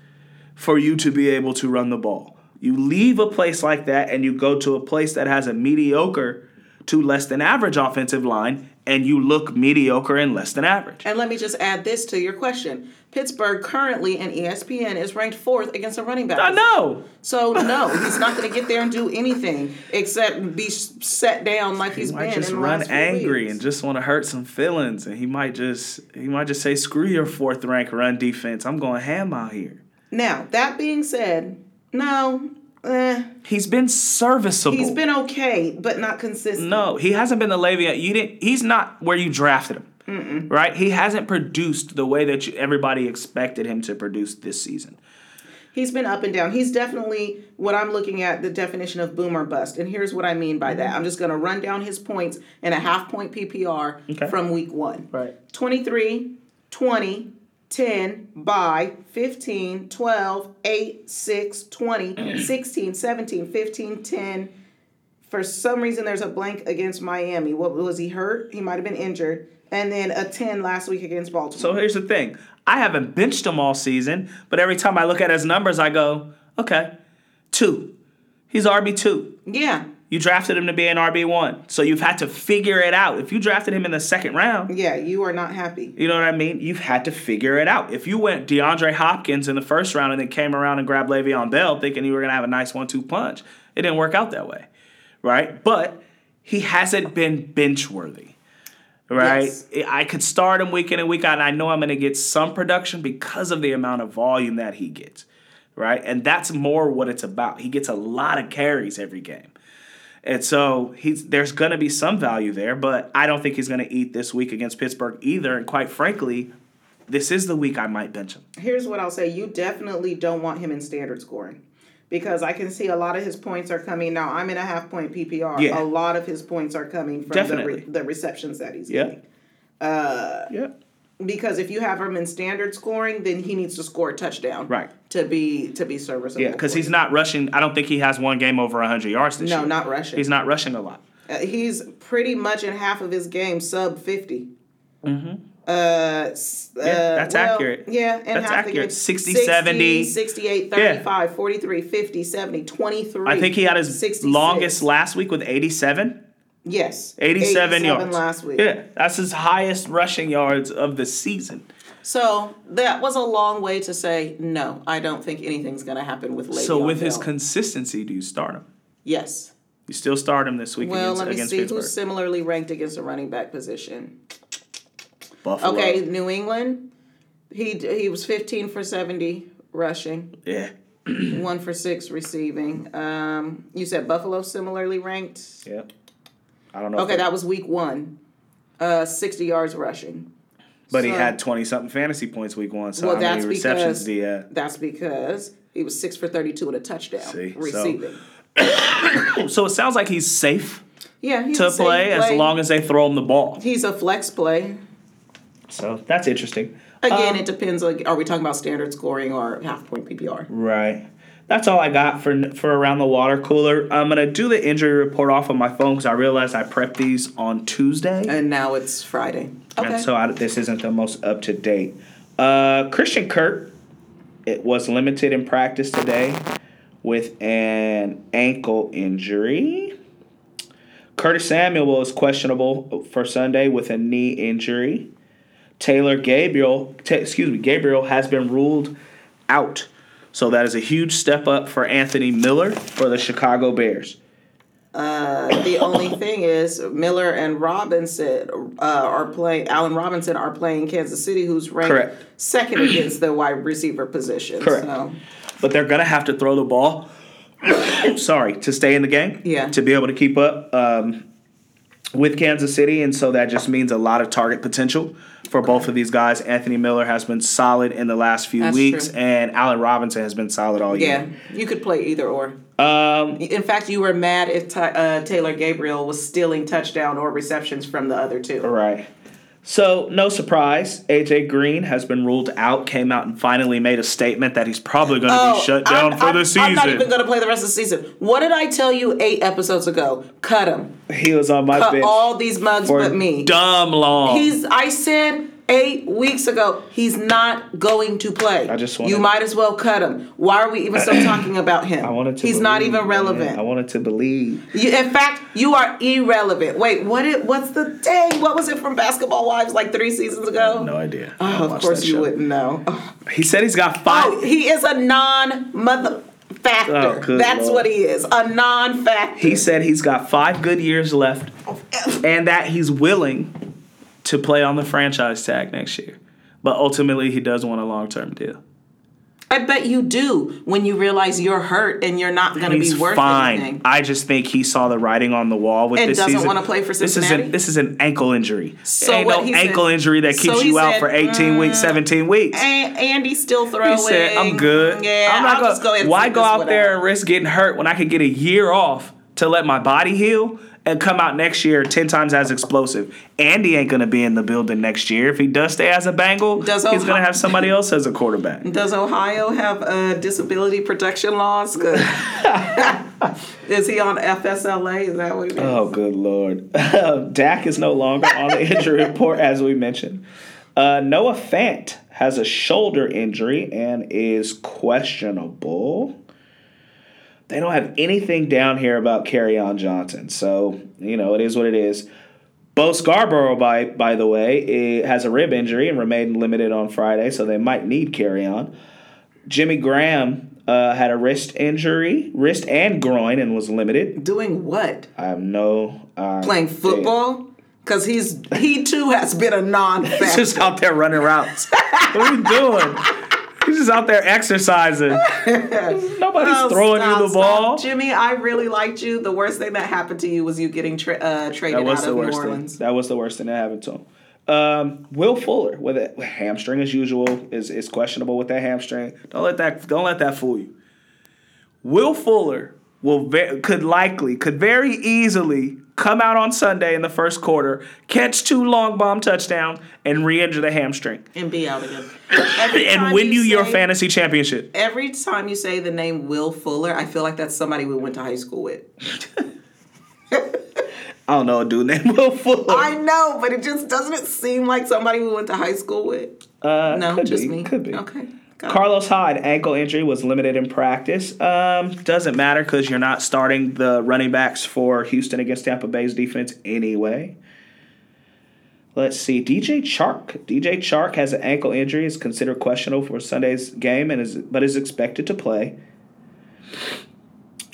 Speaker 2: for you to be able to run the ball. You leave a place like that and you go to a place that has a mediocre to less than average offensive line, and you look mediocre and less than average.
Speaker 1: And let me just add this to your question. Pittsburgh currently in E ESPN is ranked fourth against a running back.
Speaker 2: I know.
Speaker 1: So no, he's not going to get there and do anything except be s- set down like he's
Speaker 2: He might
Speaker 1: been.
Speaker 2: just
Speaker 1: in the
Speaker 2: run
Speaker 1: last few
Speaker 2: angry
Speaker 1: weeks.
Speaker 2: and just want to hurt some feelings, and he might just he might just say, "Screw your fourth rank run defense. I'm going ham out here."
Speaker 1: now that being said, no, eh,
Speaker 2: He's been serviceable.
Speaker 1: he's been okay, but not consistent.
Speaker 2: no, he hasn't been the Le'Veon. You didn't. He's not where you drafted him. Right? He hasn't produced the way that you, everybody expected him to produce this season.
Speaker 1: He's been up and down. He's definitely what I'm looking at the definition of boomer bust. And here's what I mean by
Speaker 2: Mm-hmm.
Speaker 1: that. I'm just going to run down his points in a half point PPR
Speaker 2: Okay.
Speaker 1: from week one
Speaker 2: Right.
Speaker 1: 23, 20, 10, by 15, 12, 8, 6, 20, 16, 17, 15, 10. For some reason, there's a blank against Miami. What was he hurt? He might have been injured. And then a 10 last week against Baltimore.
Speaker 2: So here's the thing. I haven't benched him all season, but every time I look at his numbers, I go, "Okay, two. He's RB two.
Speaker 1: yeah.
Speaker 2: You drafted him to be an RB1. So you've had to figure it out. If you drafted him in the second round,
Speaker 1: Yeah, you are not happy.
Speaker 2: you know what I mean? You've had to figure it out. If you went DeAndre Hopkins in the first round and then came around and grabbed Le'Veon Bell thinking you were going to have a nice one two punch, it didn't work out that way, right? But he hasn't been bench worthy, right?
Speaker 1: Yes.
Speaker 2: I could start him week in and week out, and I know I'm going to get some production because of the amount of volume that he gets, right? And that's more what it's about. He gets a lot of carries every game. And so he's there's going to be some value there, but I don't think he's going to eat this week against Pittsburgh either. And quite frankly, this is the week I might bench him.
Speaker 1: Here's what I'll say: you definitely don't want him in standard scoring because I can see a lot of his points are coming now. I'm in a half point PPR.
Speaker 2: Yeah.
Speaker 1: A lot of his points are coming from the,
Speaker 2: Definitely.
Speaker 1: re- the receptions that he's
Speaker 2: Yeah.
Speaker 1: getting. Uh,
Speaker 2: Yeah.
Speaker 1: Because if you have him in standard scoring, then he needs to score a touchdown,
Speaker 2: Right.
Speaker 1: To be to be serviceable.
Speaker 2: Yeah, because
Speaker 1: for
Speaker 2: he's
Speaker 1: you.
Speaker 2: not rushing. I don't think he has one game over 100 yards this
Speaker 1: no,
Speaker 2: year.
Speaker 1: not rushing.
Speaker 2: He's not rushing a lot.
Speaker 1: Uh, he's pretty much in half of his game sub 50. Uh, s- uh,
Speaker 2: Mm-hmm. that's
Speaker 1: well,
Speaker 2: accurate.
Speaker 1: Yeah, and
Speaker 2: That's
Speaker 1: half the game.
Speaker 2: accurate. 60, 70.
Speaker 1: 68,
Speaker 2: Yeah.
Speaker 1: 35, 43, 50, 70, 23.
Speaker 2: I think he had his
Speaker 1: 66.
Speaker 2: longest last week with 87.
Speaker 1: Yes.
Speaker 2: 87, yards.
Speaker 1: last week.
Speaker 2: Yeah, that's his highest rushing yards of the season.
Speaker 1: So that was a long way to say, no, I don't think anything's going to happen with Le'Veon
Speaker 2: So with his
Speaker 1: Bell.
Speaker 2: consistency, do you start him?
Speaker 1: yes.
Speaker 2: You still start him this week
Speaker 1: Well,
Speaker 2: against,
Speaker 1: let me
Speaker 2: against
Speaker 1: see
Speaker 2: Pittsburgh.
Speaker 1: who's similarly ranked against the running back position.
Speaker 2: Buffalo.
Speaker 1: Okay, New England. He he was 15 for 70 rushing.
Speaker 2: Yeah.
Speaker 1: one for six receiving. Um, you said Buffalo similarly ranked.
Speaker 2: Yeah. I don't know.
Speaker 1: Okay, that was week one. Uh, sixty yards rushing.
Speaker 2: but he
Speaker 1: so-
Speaker 2: had twenty something fantasy points week one. So
Speaker 1: uh, Well,
Speaker 2: how many
Speaker 1: that's
Speaker 2: receptions
Speaker 1: because-
Speaker 2: do you have?
Speaker 1: That's because he was six for thirty-two and a touchdown
Speaker 2: See, so-
Speaker 1: receiving.
Speaker 2: So it sounds like he's safe
Speaker 1: yeah, he's
Speaker 2: to
Speaker 1: a safe
Speaker 2: play as long as they throw him the ball.
Speaker 1: he's a flex play.
Speaker 2: So that's interesting.
Speaker 1: Again,
Speaker 2: Um,
Speaker 1: it depends. Like, are we talking about standard scoring or half point PPR?
Speaker 2: Right. That's all I got for for around the water cooler. I'm gonna do the injury report off of my phone because I realized I prepped these on Tuesday,
Speaker 1: And now it's Friday. Okay.
Speaker 2: and so I, this isn't the most up to date. Uh, Christian Kirk, it was limited in practice today with an ankle injury. Curtis Samuel is questionable for Sunday with a knee injury. Taylor Gabriel, ta excuse me, Gabriel has been ruled out. So that is a huge step up for Anthony Miller for the Chicago Bears.
Speaker 1: the only thing is Miller and Robinson uh, are playing. Allen Robinson are playing Kansas City, who's ranked
Speaker 2: Correct.
Speaker 1: second against the wide receiver position.
Speaker 2: Correct.
Speaker 1: So,
Speaker 2: But they're going to have to throw the ball, sorry, to stay in the game,
Speaker 1: Yeah.
Speaker 2: to be able to keep up um, with Kansas City. And so that just means a lot of target potential for both of these guys. Anthony Miller has been solid in the last few
Speaker 1: That's
Speaker 2: weeks,
Speaker 1: true.
Speaker 2: and Allen Robinson has been solid all
Speaker 1: yeah,
Speaker 2: year.
Speaker 1: you could play either or.
Speaker 2: Um,
Speaker 1: In fact, you were mad if Ty- uh, Taylor Gabriel was stealing touchdown or receptions from the other two.
Speaker 2: Right. So, no surprise, AJ Green has been ruled out, came out and finally made a statement that he's probably going to be shut down
Speaker 1: Oh, I'm,
Speaker 2: for
Speaker 1: I'm-
Speaker 2: the
Speaker 1: I'm
Speaker 2: season.
Speaker 1: not even going to play the rest of the season. What did I tell you eight episodes ago? Cut him.
Speaker 2: he was on my
Speaker 1: Cut
Speaker 2: bench
Speaker 1: all these mugs
Speaker 2: for
Speaker 1: but me.
Speaker 2: dumb long.
Speaker 1: He's. I said eight weeks ago he's not going to play. I
Speaker 2: just wanted-
Speaker 1: You might as well cut him. Why are we even still talking about him?
Speaker 2: I wanted to
Speaker 1: he's not
Speaker 2: believe,
Speaker 1: even
Speaker 2: man.
Speaker 1: relevant.
Speaker 2: I wanted to believe.
Speaker 1: you, in fact, you are irrelevant. Wait, what? It, what's the dang? What was it from Basketball Wives like three seasons ago?
Speaker 2: No idea. I
Speaker 1: Oh, of
Speaker 2: watched
Speaker 1: course
Speaker 2: that
Speaker 1: you
Speaker 2: show.
Speaker 1: wouldn't know.
Speaker 2: He said he's got five.
Speaker 1: Oh, he is a non-mother
Speaker 2: Oh,
Speaker 1: factor.
Speaker 2: good
Speaker 1: That's
Speaker 2: Lord.
Speaker 1: what he is. A non-factor.
Speaker 2: he said he's got five good years left, and that he's willing to play on the franchise tag next year. But ultimately, he does want a long term deal.
Speaker 1: I bet you do when you realize you're hurt and you're not going to
Speaker 2: He's
Speaker 1: be worth
Speaker 2: fine.
Speaker 1: anything.
Speaker 2: I just think he saw the writing on the wall with
Speaker 1: And
Speaker 2: this
Speaker 1: doesn't
Speaker 2: season.
Speaker 1: wanna play for
Speaker 2: This is
Speaker 1: Cincinnati?
Speaker 2: an, this is an ankle injury.
Speaker 1: So
Speaker 2: Ain't
Speaker 1: what
Speaker 2: no
Speaker 1: he said-
Speaker 2: ankle injury that
Speaker 1: so
Speaker 2: keeps
Speaker 1: he
Speaker 2: you out
Speaker 1: said, "Mm,
Speaker 2: for 18 weeks, 17 weeks.
Speaker 1: And Andy's still throwing.
Speaker 2: He said, "I'm good.
Speaker 1: Yeah,
Speaker 2: I'm not
Speaker 1: will
Speaker 2: gonna,
Speaker 1: just go ahead and
Speaker 2: why
Speaker 1: take
Speaker 2: go
Speaker 1: this
Speaker 2: out
Speaker 1: one
Speaker 2: there and risk getting hurt when I could get a year off to let my body heal and come out next year ten times as explosive? Andy ain't gonna be in the building next year. If he does stay as a Bengal,
Speaker 1: Does
Speaker 2: he's
Speaker 1: Ohio-
Speaker 2: gonna have somebody else as a quarterback.
Speaker 1: Does Ohio have uh, disability protection laws? 'Cause- is he on FSLA? Is that what it is?
Speaker 2: Oh, good lord. Dak is no longer on the injury report, as we mentioned. Uh, Noah Fant has a shoulder injury and is questionable. They don't have anything down here about Carry On Johnson, so you know it is what it is. Bo Scarborough, by by the way, i- has a rib injury and remained limited on Friday, so they might need Carry On. Jimmy Graham uh, had a wrist injury, wrist and groin, and was limited.
Speaker 1: Doing what?
Speaker 2: I have no uh,
Speaker 1: Playing football? Because he's he too has been a non-factor.
Speaker 2: Just out there running routes. what are you doing? He's just out there exercising. Nobody's
Speaker 1: Oh,
Speaker 2: throwing
Speaker 1: stop,
Speaker 2: you the
Speaker 1: stop.
Speaker 2: ball.
Speaker 1: Jimmy, I really liked you. The worst thing that happened to you was you getting tra- uh, traded
Speaker 2: That was
Speaker 1: out
Speaker 2: the
Speaker 1: of New
Speaker 2: worst thing.
Speaker 1: Orleans.
Speaker 2: That was the worst thing that happened to him. Um, Will Fuller with a with hamstring as usual is is questionable with that hamstring. Don't let that don't let that fool you. Will Fuller will ve- could likely could very easily come out on Sunday in the first quarter, catch two long bomb touchdowns, and re-injure the hamstring
Speaker 1: And be out again. Every
Speaker 2: and
Speaker 1: time
Speaker 2: win you your
Speaker 1: say-
Speaker 2: fantasy championship.
Speaker 1: Every time you say the name Will Fuller, I feel like that's somebody we went to high school with.
Speaker 2: I don't know a dude named Will Fuller.
Speaker 1: I know, but it just doesn't it seem like somebody we went to high school with?
Speaker 2: uh,
Speaker 1: No,
Speaker 2: could
Speaker 1: just
Speaker 2: be,
Speaker 1: me.
Speaker 2: Could be.
Speaker 1: Okay. Got it.
Speaker 2: Carlos Hyde ankle injury was limited in practice. Um, doesn't matter because you're not starting the running backs for Houston against Tampa Bay's defense anyway. Let's see. DJ Chark. DJ Chark has an ankle injury. is considered questionable for Sunday's game and is but is expected to play.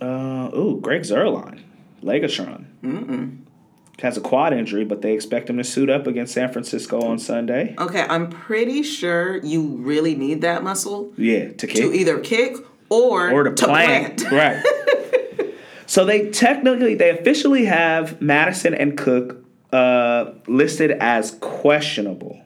Speaker 2: Uh, ooh, Greg Zerline, Legatron. Has a quad injury, but they expect him to suit up against San Francisco on Sunday.
Speaker 1: Okay, I'm pretty sure you really need that muscle
Speaker 2: Yeah, to kick.
Speaker 1: to either kick or,
Speaker 2: or to, plant. Right. so they technically, they officially have Madison and Cook uh, listed as questionable.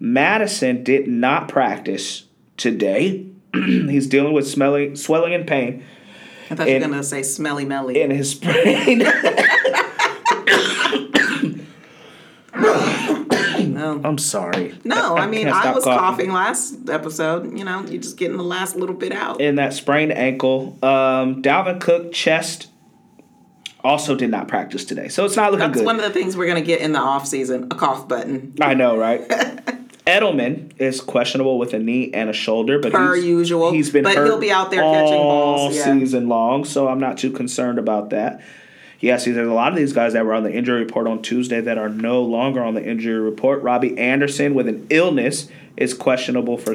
Speaker 2: Madison did not practice today. He's dealing with smelling, swelling and pain
Speaker 1: I thought you were
Speaker 2: And-
Speaker 1: going to say smelly melly.
Speaker 2: in his brain.
Speaker 1: no.
Speaker 2: I'm sorry.
Speaker 1: No, I mean
Speaker 2: can't
Speaker 1: I
Speaker 2: stop
Speaker 1: was
Speaker 2: coughing.
Speaker 1: coughing. last episode. You know, you're just getting the last little bit out.
Speaker 2: in that sprained ankle. Um, Dalvin Cook chest also did not practice today, so it's not looking
Speaker 1: That's
Speaker 2: good.
Speaker 1: one of the things we're gonna get in the off season: a cough button,
Speaker 2: I know, right? Edelman is questionable with a knee and a shoulder, but
Speaker 1: per
Speaker 2: he's,
Speaker 1: usual.
Speaker 2: he's been
Speaker 1: but
Speaker 2: hurt
Speaker 1: he'll be out there
Speaker 2: all
Speaker 1: catching balls. Yeah.
Speaker 2: season long, so I'm not too concerned about that. Yeah, see, there's a lot of these guys that were on the injury report on Tuesday that are no longer on the injury report. Robbie Anderson with an illness is questionable for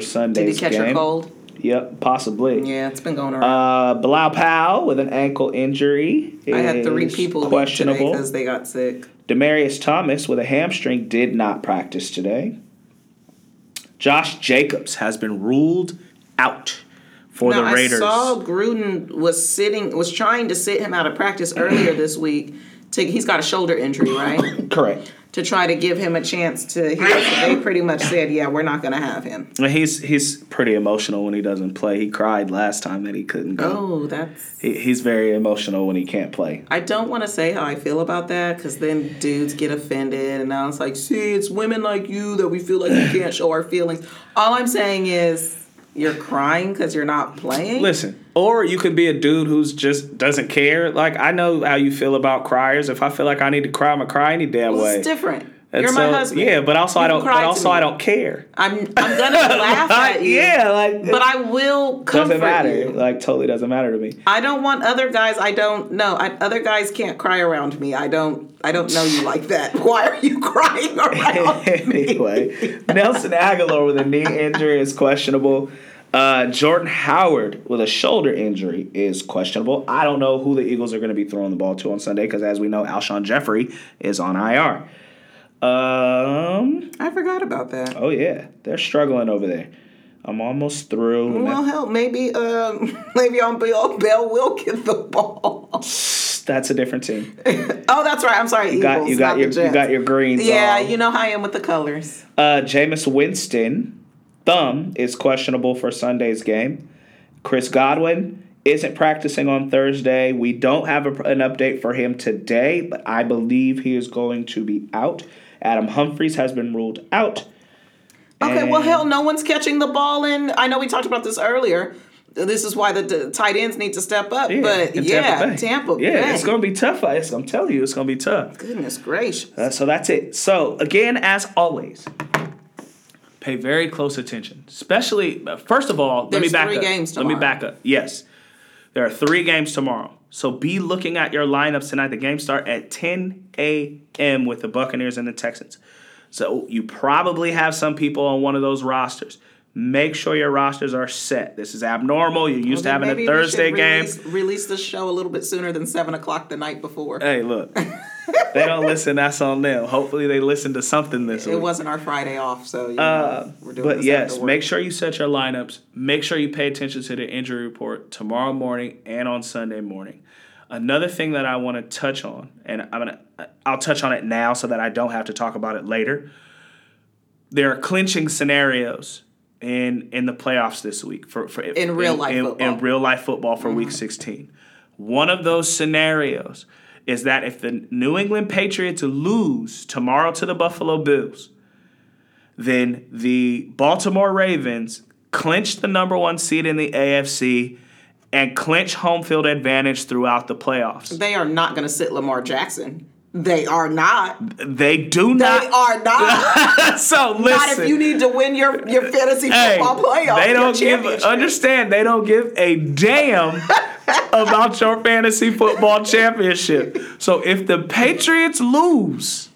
Speaker 1: Did
Speaker 2: Sunday's
Speaker 1: he catch
Speaker 2: game.
Speaker 1: a cold?
Speaker 2: Yep, possibly.
Speaker 1: Yeah, it's been going around.
Speaker 2: Uh, Blau Powell with an ankle injury.
Speaker 1: I had three
Speaker 2: is
Speaker 1: people leave today
Speaker 2: questionable.
Speaker 1: because they got sick.
Speaker 2: Demarius Thomas with a hamstring did not practice today. Josh Jacobs has been ruled out for
Speaker 1: Now,
Speaker 2: the Raiders.
Speaker 1: I saw Gruden was sitting, was trying to sit him out of practice earlier this week. To, he's got a shoulder injury, right?
Speaker 2: Correct.
Speaker 1: to try to give him a chance to. Heal. They pretty much said, "Yeah, we're not gonna have him."
Speaker 2: And He's he's pretty emotional when he doesn't play. He cried last time that he couldn't go.
Speaker 1: Oh, that's
Speaker 2: He, he's very emotional when he can't play.
Speaker 1: I don't want to say how I feel about that because then dudes get offended, and I was like, see, it's women like you that we feel like we can't show our feelings. All I'm saying is you're crying because you're not playing.
Speaker 2: Listen, or you could be a dude who's just doesn't care. Like I know how you feel about criers. If I feel like I need to cry, I'm gonna cry any damn
Speaker 1: Well,
Speaker 2: way.
Speaker 1: it's different.
Speaker 2: And
Speaker 1: you're my
Speaker 2: so-
Speaker 1: husband.
Speaker 2: Yeah, but also
Speaker 1: You
Speaker 2: I
Speaker 1: can
Speaker 2: don't.
Speaker 1: cry
Speaker 2: But
Speaker 1: to
Speaker 2: also
Speaker 1: me.
Speaker 2: I don't care.
Speaker 1: I'm I'm gonna laugh at you.
Speaker 2: yeah, like
Speaker 1: But I will comfort
Speaker 2: doesn't matter.
Speaker 1: you.
Speaker 2: Like totally doesn't matter to me.
Speaker 1: I don't want other guys. I don't know. I, other guys can't cry around me. I don't. I don't know you like that. Why are you crying around?
Speaker 2: anyway, Nelson Aguilar with a knee injury is questionable. Uh, Jordan Howard with a shoulder injury is questionable. I don't know who the Eagles are going to be throwing the ball to on Sunday because, as we know, Alshon Jeffrey is on IR. Um.
Speaker 1: I forgot about that.
Speaker 2: Oh yeah, they're struggling over there. I'm almost through.
Speaker 1: Well, hell, maybe um, maybe on Bill Bell will get the ball.
Speaker 2: That's a different team.
Speaker 1: Oh, that's right. I'm sorry,
Speaker 2: You got
Speaker 1: Eagles.
Speaker 2: you got
Speaker 1: not
Speaker 2: your
Speaker 1: the Jets.
Speaker 2: you got your greens.
Speaker 1: Yeah,
Speaker 2: all.
Speaker 1: you know how I am with the colors.
Speaker 2: Uh, Jameis Winston, thumb, is questionable for Sunday's game. Chris Godwin isn't practicing on Thursday. We don't have a, an update for him today, but I believe he is going to be out. Adam Humphries has been ruled out.
Speaker 1: Okay, well,
Speaker 2: And-
Speaker 1: hell, no one's catching the ball, and I know we talked about this earlier. This is why the, the tight ends need to step up. but
Speaker 2: and
Speaker 1: yeah,
Speaker 2: Bay.
Speaker 1: Tampa,
Speaker 2: Yeah,
Speaker 1: Bay.
Speaker 2: it's going to be tough. I- It's, I'm telling you, it's going to be tough.
Speaker 1: Goodness gracious!
Speaker 2: Uh, so that's it. So again, as always, pay very close attention. Especially uh, first of all, let me
Speaker 1: There's
Speaker 2: back
Speaker 1: three
Speaker 2: up.
Speaker 1: games
Speaker 2: Let me
Speaker 1: tomorrow.
Speaker 2: back up. Yes, there are three games tomorrow. So be looking at your lineups tonight. The games start at 10 a.m. with the Buccaneers and the Texans. So you probably have some people on one of those rosters. Make sure your rosters are set. This is abnormal. You're used to having
Speaker 1: Maybe
Speaker 2: a
Speaker 1: we should
Speaker 2: Thursday game.
Speaker 1: Release, release the show a little bit sooner than seven o'clock the night before.
Speaker 2: Hey, look. they don't listen, that's on them. Hopefully, they listen to something this
Speaker 1: It
Speaker 2: week.
Speaker 1: wasn't our Friday off, so you know, we're doing
Speaker 2: Uh, But
Speaker 1: this
Speaker 2: yes,
Speaker 1: after work.
Speaker 2: make sure you set your lineups. Make sure you pay attention to the injury report tomorrow morning and on Sunday morning. Another thing that I want to touch on, and I'm gonna, I'll touch on it now so that I don't have to talk about it later. There are clinching scenarios in in the playoffs this week for, for
Speaker 1: In real life
Speaker 2: in,
Speaker 1: football. Mm-hmm.
Speaker 2: in real life football for Week 16. One of those scenarios is that if the New England Patriots lose tomorrow to the Buffalo Bills, then the Baltimore Ravens clinch the number one seed in the AFC and clinch home field advantage throughout the playoffs.
Speaker 1: they are not going to sit Lamar Jackson. They are not.
Speaker 2: They do
Speaker 1: They
Speaker 2: not.
Speaker 1: are not.
Speaker 2: so Uh, listen.
Speaker 1: not if you need to win your, your fantasy
Speaker 2: Hey,
Speaker 1: football playoff.
Speaker 2: they
Speaker 1: your
Speaker 2: don't give
Speaker 1: championship.
Speaker 2: understand. They don't give a damn about your fantasy football championship. So if the Patriots lose,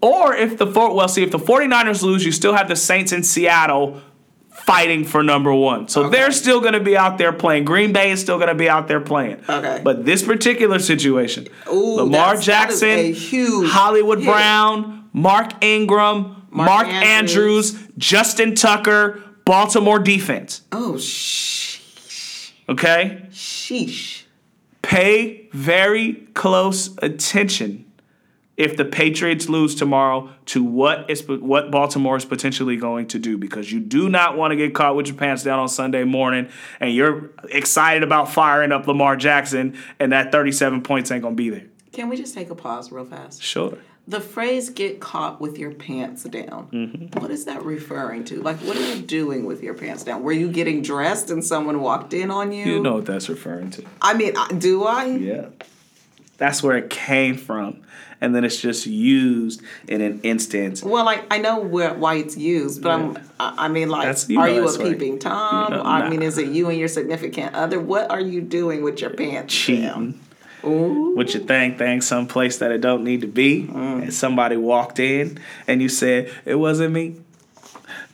Speaker 2: or if the Fort well, see if the 49ers lose, you still have the Saints in Seattle fighting for number one. So they're still gonna be out there playing. Green Bay is still gonna be out there playing.
Speaker 1: Okay.
Speaker 2: But this particular situation,
Speaker 1: Ooh,
Speaker 2: Lamar
Speaker 1: that's- that is
Speaker 2: Jackson,
Speaker 1: a huge
Speaker 2: Hollywood
Speaker 1: hit.
Speaker 2: Brown, Mark Ingram, Mark,
Speaker 1: Andrews.
Speaker 2: Andrews. Justin Tucker, Baltimore defense.
Speaker 1: Oh, sheesh.
Speaker 2: Okay?
Speaker 1: sheesh.
Speaker 2: Pay very close attention if the Patriots lose tomorrow to what is what Baltimore is potentially going to do because you do not want to get caught with your pants down on Sunday morning and you're excited about firing up Lamar Jackson and that 37 points ain't going to be there.
Speaker 1: Can we just take a pause real fast?
Speaker 2: Sure.
Speaker 1: The phrase "get caught with your pants down."
Speaker 2: Mm-hmm.
Speaker 1: what is that referring to? Like, what are you doing with your pants down? Were you getting dressed and someone walked in on you?
Speaker 2: You know what that's referring to.
Speaker 1: I mean, I- do I?
Speaker 2: Yeah. That's where it came from. And then it's just used in an instance.
Speaker 1: Well, like I know where, why it's used, but I'm, I I mean, like,
Speaker 2: That's- you
Speaker 1: are
Speaker 2: know
Speaker 1: you a
Speaker 2: that's right.
Speaker 1: peeping tom?
Speaker 2: You know,
Speaker 1: I
Speaker 2: nah.
Speaker 1: mean, is it you and your significant other? What are you doing with your pants? down?
Speaker 2: Cheating. With your thing thing someplace that it don't need to be.
Speaker 1: Mm.
Speaker 2: And somebody walked in and you said, It wasn't me.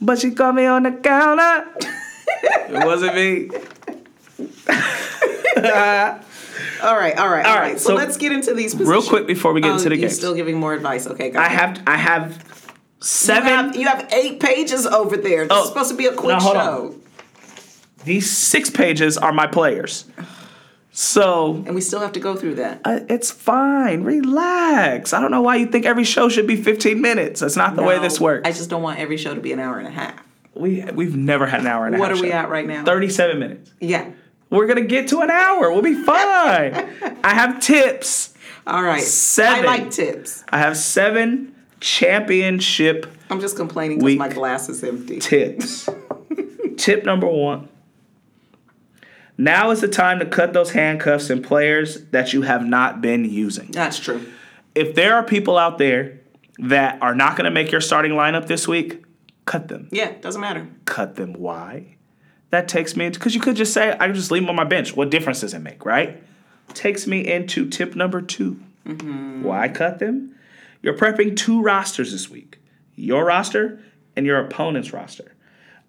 Speaker 2: But she caught me on the counter. it wasn't me.
Speaker 1: All right, all right, all right. So,
Speaker 2: so-
Speaker 1: let's get into these positions.
Speaker 2: Real quick before we get
Speaker 1: Oh,
Speaker 2: into the
Speaker 1: you're
Speaker 2: game.
Speaker 1: still giving more advice. Okay, got
Speaker 2: I
Speaker 1: it.
Speaker 2: have I have seven
Speaker 1: You have, e- you have eight pages over there. This
Speaker 2: Oh,
Speaker 1: is supposed to be a quick
Speaker 2: now hold on.
Speaker 1: show,
Speaker 2: these six pages are my players. So
Speaker 1: and we still have to go through that.
Speaker 2: Uh, it's fine. Relax. I don't know why you think every show should be 15 minutes. That's not the way
Speaker 1: No,
Speaker 2: this works.
Speaker 1: I just don't want every show to be an hour and a half.
Speaker 2: we we've never had an hour and a
Speaker 1: What
Speaker 2: half.
Speaker 1: are we
Speaker 2: show.
Speaker 1: at right now?
Speaker 2: 37 minutes.
Speaker 1: Yeah.
Speaker 2: We're gonna get to an hour. We'll be fine. I have tips.
Speaker 1: All right.
Speaker 2: Seven.
Speaker 1: I like tips.
Speaker 2: I have seven championship
Speaker 1: I'm just complaining because
Speaker 2: Week.
Speaker 1: my glass is empty.
Speaker 2: tips. Tip number one. Now is the time to cut those handcuffs and players that you have not been using.
Speaker 1: That's true.
Speaker 2: if there are people out there that are not going to make your starting lineup this week, cut them.
Speaker 1: Yeah, doesn't matter.
Speaker 2: Cut them. Why? That takes me into because you could just say I could just leave them on my bench. What difference does it make, right? Takes me into tip number 2 Why cut them? You're prepping two rosters this week: your roster and your opponent's roster.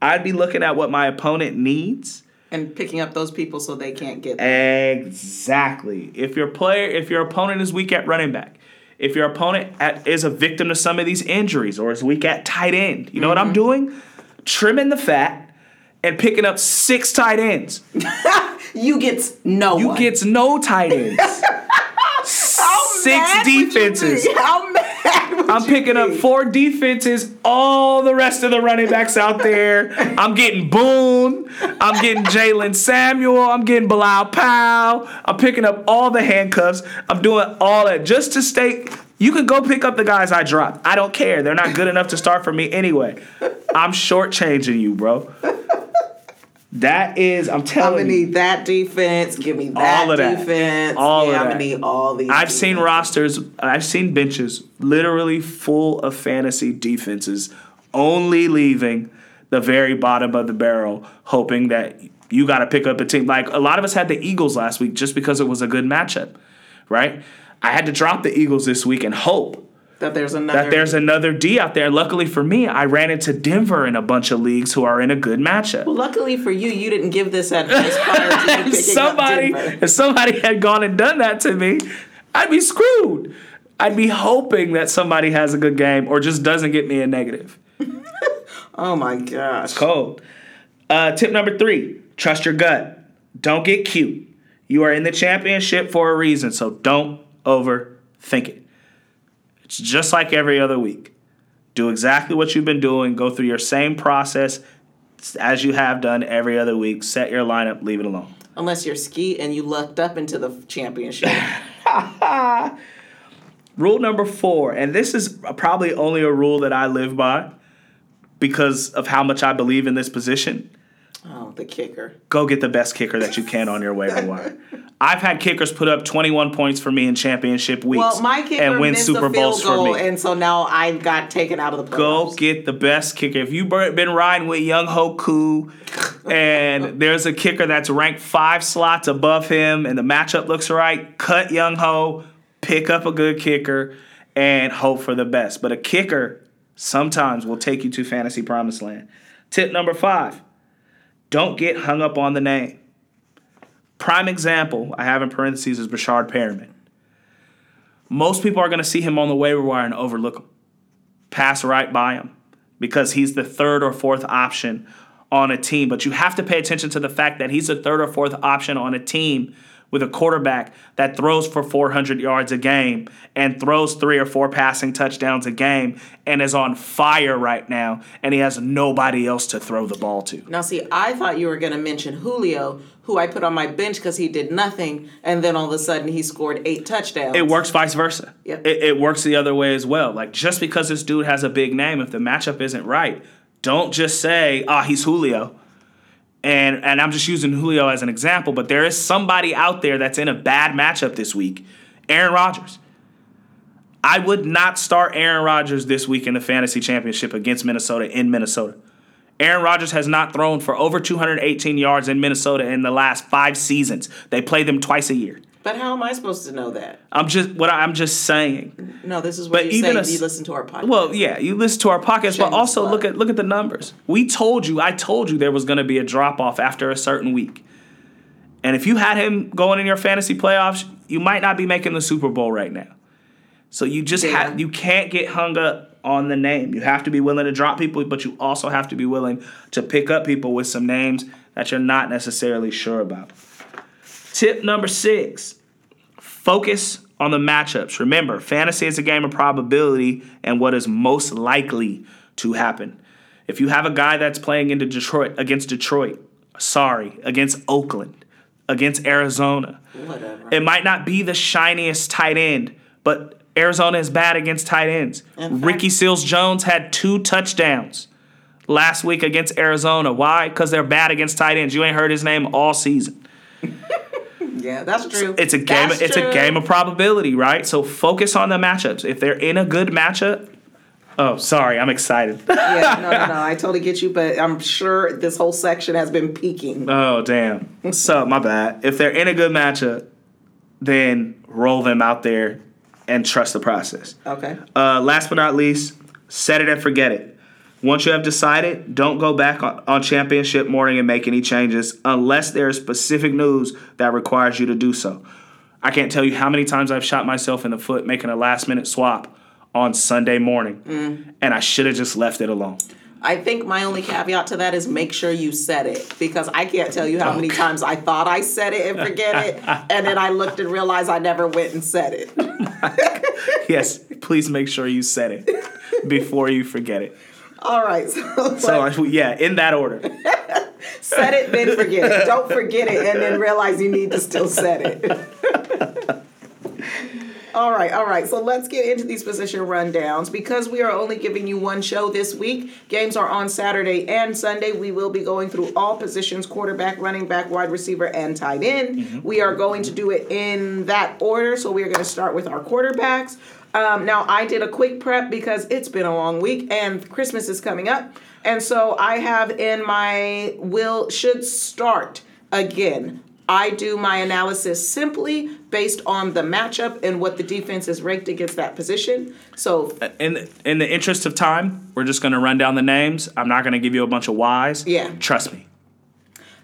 Speaker 2: I'd be looking at what my opponent needs.
Speaker 1: And picking up those people so they can't get
Speaker 2: Exactly. If your player, if your opponent is weak at running back, if your opponent at, is a victim to some of these injuries or is weak at tight end, you know what I'm
Speaker 1: Mm-hmm.
Speaker 2: doing? Trimming the fat and picking up six tight ends.
Speaker 1: You get no
Speaker 2: You
Speaker 1: one.
Speaker 2: gets no tight ends. Six
Speaker 1: mad would you
Speaker 2: defenses.
Speaker 1: be? How mad would
Speaker 2: I'm
Speaker 1: you
Speaker 2: picking up
Speaker 1: be?
Speaker 2: four defenses, all the rest of the running backs out there. I'm getting Boone. I'm getting Jalen Samuel. I'm getting Bilal Powell. I'm picking up all the handcuffs. I'm doing all that just to stay. You can go pick up the guys I dropped. I don't care. They're not good enough to start for me anyway. I'm shortchanging you, bro. That is, I'm
Speaker 1: I'm
Speaker 2: telling
Speaker 1: gonna
Speaker 2: you.
Speaker 1: need that defense. Give me that
Speaker 2: All of that.
Speaker 1: defense.
Speaker 2: All
Speaker 1: yeah,
Speaker 2: of
Speaker 1: I'm
Speaker 2: that.
Speaker 1: gonna need all these.
Speaker 2: I've seen rosters, I've seen benches literally full of fantasy defenses, only leaving the very bottom of the barrel, hoping that you got to pick up a team. Like a lot of us had the Eagles last week just because it was a good matchup, right? I had to drop the Eagles this week and hope
Speaker 1: that there's another.
Speaker 2: that there's another D out there. Luckily for me, I ran into Denver in a bunch of leagues who are in a good matchup.
Speaker 1: Luckily for you, you didn't give this advice prior to you picking
Speaker 2: if somebody
Speaker 1: up Denver.
Speaker 2: if somebody had gone and done that to me, I'd be screwed. I'd be hoping that somebody has a good game or just doesn't get me a negative.
Speaker 1: Oh my gosh.
Speaker 2: Cold. Uh, tip number three trust your gut. Don't get cute. You are in the championship for a reason, so don't overthink it. It's just like every other week. Do exactly what you've been doing, go through your same process as you have done every other week, set your lineup, leave it alone.
Speaker 1: Unless you're ski and you lucked up into the championship.
Speaker 2: Rule number four, and this is probably only a rule that I live by because of how much I believe in this position.
Speaker 1: oh, the kicker.
Speaker 2: Go get the best kicker that you can on your waiver wire. I've had kickers put up 21 points for me in championship weeks
Speaker 1: Well, my kicker
Speaker 2: and win
Speaker 1: missed
Speaker 2: Super
Speaker 1: a field
Speaker 2: Bowls
Speaker 1: goal,
Speaker 2: for me.
Speaker 1: and so now I got taken out of the
Speaker 2: Go
Speaker 1: playoffs.
Speaker 2: get the best kicker. If you've been riding with Young Hoku and there's a kicker that's ranked five slots above him and the matchup looks right, cut Young Ho, pick up a good kicker, and hope for the best. But a kicker sometimes will take you to fantasy promised land. Tip number five don't get hung up on the name. Prime example I have in parentheses is Bashard Perriman. Most people are going to see him on the waiver wire and overlook him pass right by him because he's the third or fourth option on a team. But you have to pay attention to the fact that he's the third or fourth option on a team with a quarterback that throws for 400 yards a game and throws three or four passing touchdowns a game and is on fire right now and he has nobody else to throw the ball to.
Speaker 1: Now, see, I thought you were going to mention Julio, who I put on my bench because he did nothing, and then all of a sudden he scored eight touchdowns.
Speaker 2: It works vice versa.
Speaker 1: Yep.
Speaker 2: It, it works the other way as well. Like just because this dude has a big name, if the matchup isn't right, don't just say, "Ah, he's Julio." And and I'm just using Julio as an example, but there is somebody out there that's in a bad matchup this week. Aaron Rodgers. I would not start Aaron Rodgers this week in the fantasy championship against Minnesota in Minnesota. Aaron Rodgers has not thrown for over 218 yards in Minnesota in the last five seasons. They play them twice a year.
Speaker 1: But how am I supposed to know that?
Speaker 2: I'm just what I, I'm just saying.
Speaker 1: No, this is what
Speaker 2: But
Speaker 1: you
Speaker 2: even
Speaker 1: say
Speaker 2: a
Speaker 1: if you
Speaker 2: s-
Speaker 1: listen to our podcast.
Speaker 2: Well, yeah, you listen to our podcast, but
Speaker 1: Shameless
Speaker 2: also
Speaker 1: plug.
Speaker 2: look at look at the numbers. We told you, I told you there was going to be a drop off after a certain week. And if you had him going in your fantasy playoffs, you might not be making the Super Bowl right now. So you just
Speaker 1: Yeah.
Speaker 2: have you can't get hung up on the name. You have to be willing to drop people, but you also have to be willing to pick up people with some names that you're not necessarily sure about. Tip number 6 focus on the matchups. Remember, fantasy is a game of probability and what is most likely to happen. If you have a guy that's playing into Detroit against Detroit, sorry, against Oakland, against Arizona,
Speaker 1: Whatever.
Speaker 2: it might not be the shiniest tight end, but Arizona is bad against tight ends.
Speaker 1: In fact-
Speaker 2: Ricky Seals Jones had two touchdowns last week against Arizona. Why? Because they're bad against tight ends. You ain't heard his name all season.
Speaker 1: yeah, that's true.
Speaker 2: It's a game.
Speaker 1: That's
Speaker 2: it's
Speaker 1: true.
Speaker 2: a game of probability, right? So focus on the matchups. If they're in a good matchup, oh, sorry, I'm excited.
Speaker 1: yeah, no, no, no. I totally get you, but I'm sure this whole section has been peaking.
Speaker 2: oh, damn. So my bad. If they're in a good matchup, then roll them out there and trust the process.
Speaker 1: Okay.
Speaker 2: Uh, last but not least, set it and forget it. Once you have decided, don't go back on, on championship morning and make any changes unless there is specific news that requires you to do so. I can't tell you how many times I've shot myself in the foot making a last minute swap on Sunday morning, and I should have just left it alone.
Speaker 1: I think my only caveat to that is make sure you said it because I can't tell you how many times I thought I said it and forget it, and then I looked and realized I never went and said it.
Speaker 2: yes, please make sure you said it before you forget it.
Speaker 1: All right, so,
Speaker 2: So, I- yeah, in that order.
Speaker 1: set it then forget it. Don't forget it and then realize you need to still set it. All right, all right. So let's get into these position rundowns. Because we are only giving you one show this week, games are on Saturday and Sunday. We will be going through all positions quarterback, running back, wide receiver, and tight end. We are going to do it in that order. So we are going to start with our quarterbacks. Um, now, I did a quick prep because it's been a long week and Christmas is coming up. And so I have in my will, should start again. I do my analysis simply based on the matchup and what the defense is ranked against that position. So,
Speaker 2: in in the interest of time, we're just going to run down the names. I'm not going to give you a bunch of whys.
Speaker 1: Yeah.
Speaker 2: Trust me.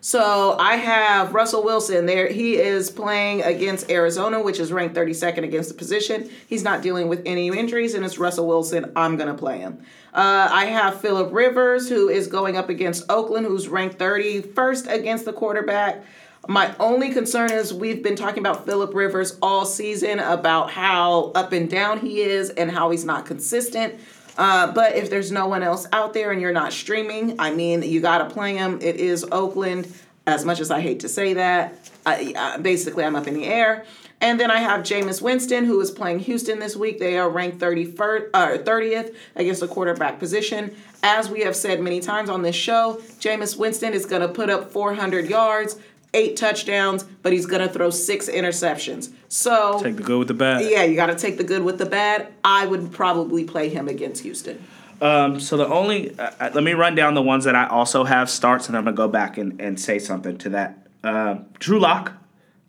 Speaker 1: So I have Russell Wilson there. He is playing against Arizona, which is ranked 32nd against the position. He's not dealing with any injuries, and it's Russell Wilson. I'm going to play him. Uh, I have Philip Rivers, who is going up against Oakland, who's ranked 31st against the quarterback. My only concern is we've been talking about Philip Rivers all season about how up and down he is and how he's not consistent. Uh, but if there's no one else out there and you're not streaming, I mean, you got to play him. It is Oakland. As much as I hate to say that, I, I, basically, I'm up in the air. And then I have Jameis Winston, who is playing Houston this week. They are ranked 31st, uh, 30th against the quarterback position. As we have said many times on this show, Jameis Winston is going to put up 400 yards, eight touchdowns, but he's going to throw six interceptions. So
Speaker 2: Take the good with the bad.
Speaker 1: yeah, you got to take the good with the bad. I would probably play him against Houston.
Speaker 2: Um, so the only uh, uh, let me run down the ones that I also have starts, and I'm gonna go back and, and say something to that. Um Drew Lock,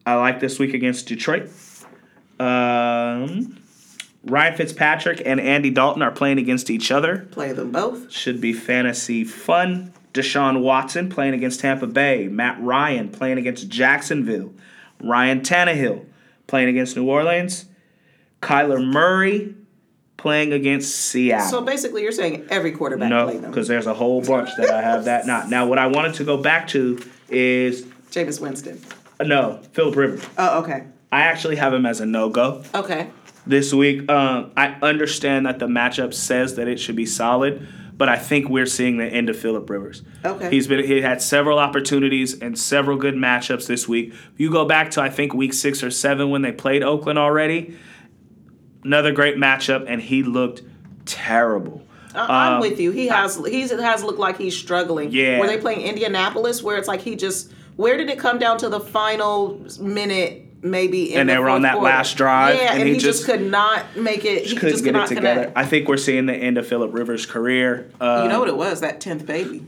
Speaker 2: I like this week against Detroit. Um, Ryan Fitzpatrick and Andy Dalton are playing against each other.
Speaker 1: Play them both.
Speaker 2: Should be fantasy fun. Deshaun Watson playing against Tampa Bay. Matt Ryan playing against Jacksonville. Ryan Tannehill playing against New Orleans. Kyler Murray playing against Seattle.
Speaker 1: So basically, you're saying every quarterback play
Speaker 2: No,
Speaker 1: them.
Speaker 2: because there's a whole bunch that I have that not. Now, what I wanted to go back to is uh,
Speaker 1: Jameis Winston.
Speaker 2: no Philip Rivers.
Speaker 1: Oh, okay.
Speaker 2: I actually have him as a no go
Speaker 1: Okay.
Speaker 2: this week. Um, I understand that the matchup says that it should be solid, but I think we're seeing the end of Philip Rivers.
Speaker 1: Okay.
Speaker 2: He's been he had several opportunities and several good matchups this week. You go back to I think week six or seven when they played Oakland already. Another great matchup, and he looked terrible.
Speaker 1: I- I'm with you. He has he's, it has looked like he's struggling.
Speaker 2: Um, Yeah.
Speaker 1: Were they playing Indianapolis, where it's like he just where did it come down to the final minute, maybe? In
Speaker 2: And
Speaker 1: the
Speaker 2: they were on
Speaker 1: fourth
Speaker 2: that
Speaker 1: quarter?
Speaker 2: last drive,
Speaker 1: Yeah,
Speaker 2: and
Speaker 1: and,
Speaker 2: he
Speaker 1: he, just,
Speaker 2: just-
Speaker 1: could not make it. He
Speaker 2: couldn't
Speaker 1: just could
Speaker 2: get it
Speaker 1: not
Speaker 2: together.
Speaker 1: Connect.
Speaker 2: I think we're seeing the end of Philip Rivers' career. Uh,
Speaker 1: you know what it was? That tenth baby.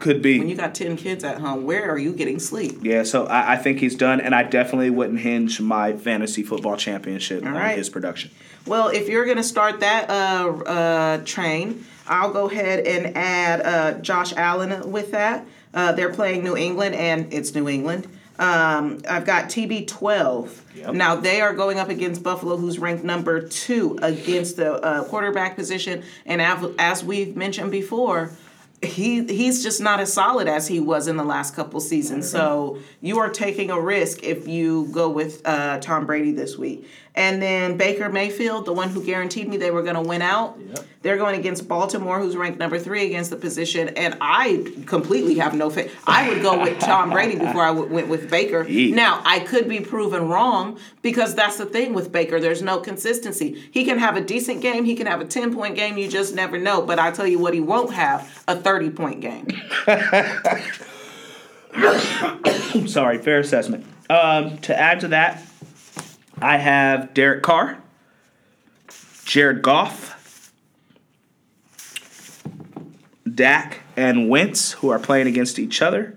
Speaker 2: could
Speaker 1: When
Speaker 2: be.
Speaker 1: you got ten kids at home, where are you getting sleep?
Speaker 2: yeah, so I, I think he's done, and I definitely wouldn't hinge my fantasy football championship on
Speaker 1: right.
Speaker 2: his production.
Speaker 1: Well, if you're gonna start that uh, uh, train, I'll go ahead and add uh, Josh Allen with that. Uh, they're playing New England, and it's New England. Um, I've got TB12.
Speaker 2: Yep.
Speaker 1: Now they are going up against Buffalo, who's ranked number two against the uh, quarterback position. And av- as we've mentioned before, he he's just not as solid as he was in the last couple seasons. So you are taking a risk if you go with uh, Tom Brady this week. And then Baker Mayfield, the one who guaranteed me they were going to win out, they're going against Baltimore, who's ranked number three against the position. And I completely have no faith. I would go with Tom Brady before I w- went with Baker.
Speaker 2: Yeah.
Speaker 1: Now, I could be proven wrong because that's the thing with Baker. There's no consistency. He can have a decent game, he can have a 10 point game, you just never know. But I tell you what, he won't have a 30 point game.
Speaker 2: Sorry, fair assessment. Um, to add to that, I have Derek Carr, Jared Goff, Dak, and Wentz, who are playing against each other,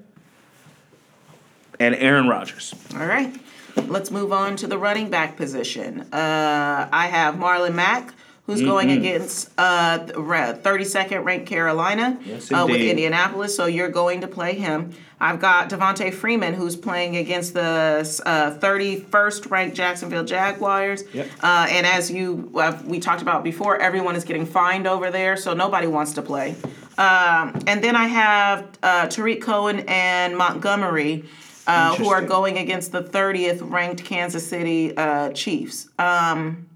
Speaker 2: and Aaron Rodgers.
Speaker 1: All right. Let's move on to the running back position. Uh, I have Marlon Mack, who's
Speaker 2: Mm-hmm.
Speaker 1: going against uh, th- ra- 32nd ranked Carolina
Speaker 2: Yes,
Speaker 1: uh, with
Speaker 2: indeed.
Speaker 1: Indianapolis, so you're going to play him. I've got Devontae Freeman, who's playing against the uh, 31st ranked Jacksonville Jaguars.
Speaker 2: Yep.
Speaker 1: Uh, and as you uh, we talked about before, everyone is getting fined over there, so nobody wants to play. Um, and then I have uh, Tariq Cohen and Montgomery, uh, who are
Speaker 2: Interesting.
Speaker 1: going against the 30th ranked Kansas City uh, Chiefs. Um,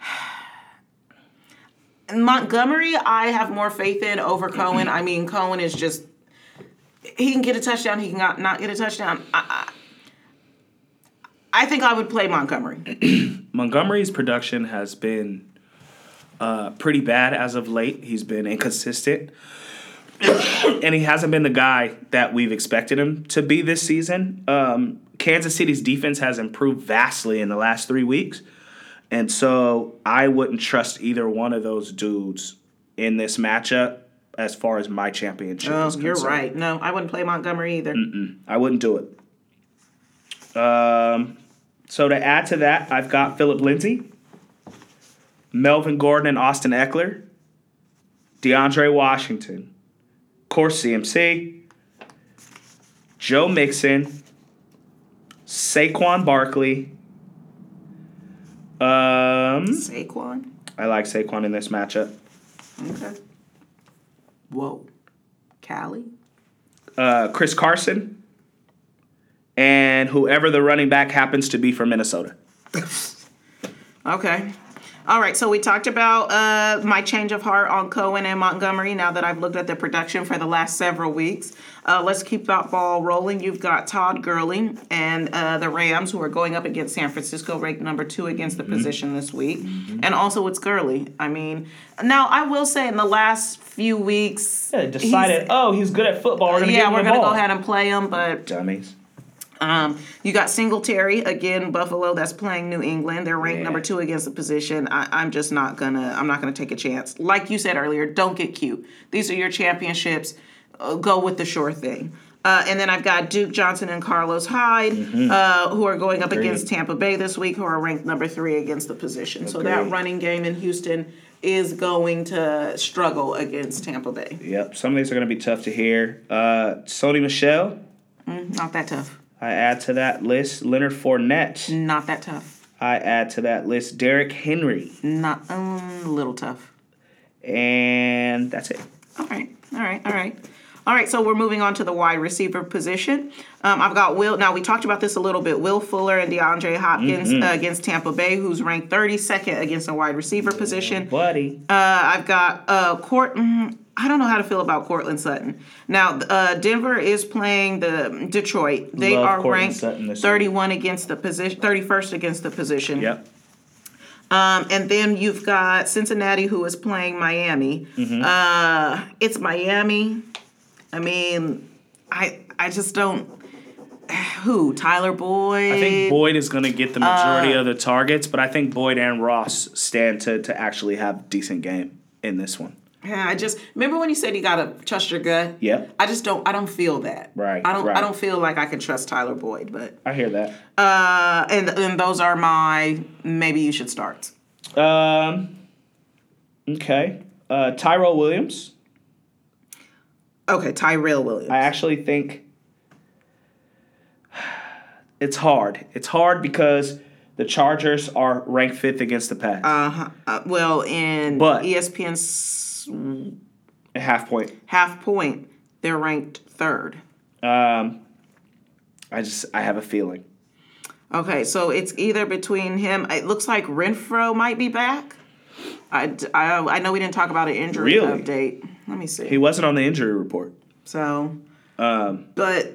Speaker 1: Montgomery, I have more faith in over Cohen. I mean, Cohen is just. He can get a touchdown. He can not, not get a touchdown. I, I, I think I would play Montgomery.
Speaker 2: Montgomery's production has been uh, pretty bad as of late. He's been inconsistent. and he hasn't been the guy that we've expected him to be this season. Um, Kansas City's defense has improved vastly in the last three weeks. And so I wouldn't trust either one of those dudes in this matchup as far as my championship
Speaker 1: Oh,
Speaker 2: is concerned.
Speaker 1: you're right. No, I wouldn't play Montgomery either.
Speaker 2: I wouldn't do it. Um, so to add to that, I've got Philip Lindsay, Melvin Gordon, and Austin Eckler, DeAndre Washington, of course CMC, Joe Mixon, Saquon Barkley. Um,
Speaker 1: Saquon.
Speaker 2: I like Saquon in this matchup.
Speaker 1: Okay. Whoa. Callie.
Speaker 2: Uh, Chris Carson, and whoever the running back happens to be from Minnesota.
Speaker 1: Okay. All right, so we talked about uh, my change of heart on Cohen and Montgomery now that I've looked at the production for the last several weeks. Uh, let's keep that ball rolling. You've got Todd Gurley and uh, the Rams who are going up against San Francisco, ranked number two against the position this week. And also it's Gurley. I mean, now I will say in the last few weeks, he's-
Speaker 2: oh, he's good at football. We're
Speaker 1: yeah, we're going to go ahead and play him, but
Speaker 2: Dummies.
Speaker 1: um, you got Singletary again, Buffalo. That's playing New England. They're ranked
Speaker 2: Yeah.
Speaker 1: number two against the position. I, I'm just not gonna. I'm not gonna take a chance. Like you said earlier, don't get cute. These are your championships. Uh, go with the sure thing. Uh, and then I've got Duke Johnson and Carlos Hyde,
Speaker 2: Mm-hmm.
Speaker 1: uh, who are going up against Tampa Bay this week, who are ranked number three against the position. So that
Speaker 2: Agreed.
Speaker 1: running game in Houston is going to struggle against Tampa Bay.
Speaker 2: Yep, some of these are going to be tough to hear. Uh, Sony Michelle,
Speaker 1: Not that tough.
Speaker 2: I add to that list. Leonard Fournette,
Speaker 1: Not that tough.
Speaker 2: I add to that list. Derrick Henry,
Speaker 1: Not a um, little tough.
Speaker 2: and that's it.
Speaker 1: All right, all right, all right. All right, so we're moving on to the wide receiver position. Um, I've got Will. Now, we talked about this a little bit. Will Fuller and DeAndre Hopkins
Speaker 2: Mm-hmm.
Speaker 1: uh, against Tampa Bay, who's ranked 32nd against the wide receiver position.
Speaker 2: Buddy,
Speaker 1: Uh, I've got uh, Court. mm, I don't know how to feel about Cortland Sutton. Now, uh, Denver is playing the Detroit. They
Speaker 2: Love
Speaker 1: are
Speaker 2: Cortland
Speaker 1: ranked
Speaker 2: Sutton this year.
Speaker 1: 31 against the position, 31st against the position.
Speaker 2: yep.
Speaker 1: Um, and then you've got Cincinnati who is playing Miami.
Speaker 2: Mm-hmm.
Speaker 1: Uh, it's Miami. I mean, I I just don't. Who Tyler Boyd?
Speaker 2: I think Boyd is going to get the majority
Speaker 1: uh,
Speaker 2: of the targets, but I think Boyd and Ross stand to, to actually have decent game in this one.
Speaker 1: Yeah, I just remember when you said you gotta trust your gut.
Speaker 2: Yep.
Speaker 1: I just don't. I don't feel that.
Speaker 2: Right,
Speaker 1: I don't.
Speaker 2: right.
Speaker 1: I don't feel like I can trust Tyler Boyd. But
Speaker 2: I hear that.
Speaker 1: uh, and and those are my maybe you should start.
Speaker 2: Um, okay. Uh, Tyrell Williams.
Speaker 1: Okay, Tyrell Williams.
Speaker 2: I actually think it's hard. It's hard because the Chargers are ranked fifth against the pass
Speaker 1: uh, well, in E
Speaker 2: But-
Speaker 1: ESPN's
Speaker 2: at half point.
Speaker 1: half point, they're ranked third.
Speaker 2: Um, I just I have a feeling.
Speaker 1: Okay, so it's either between him. It looks like Renfro might be back. I, d- I, I know we didn't talk about an injury
Speaker 2: Really?
Speaker 1: update. Let me see.
Speaker 2: He Um. wasn't on the injury report.
Speaker 1: so, but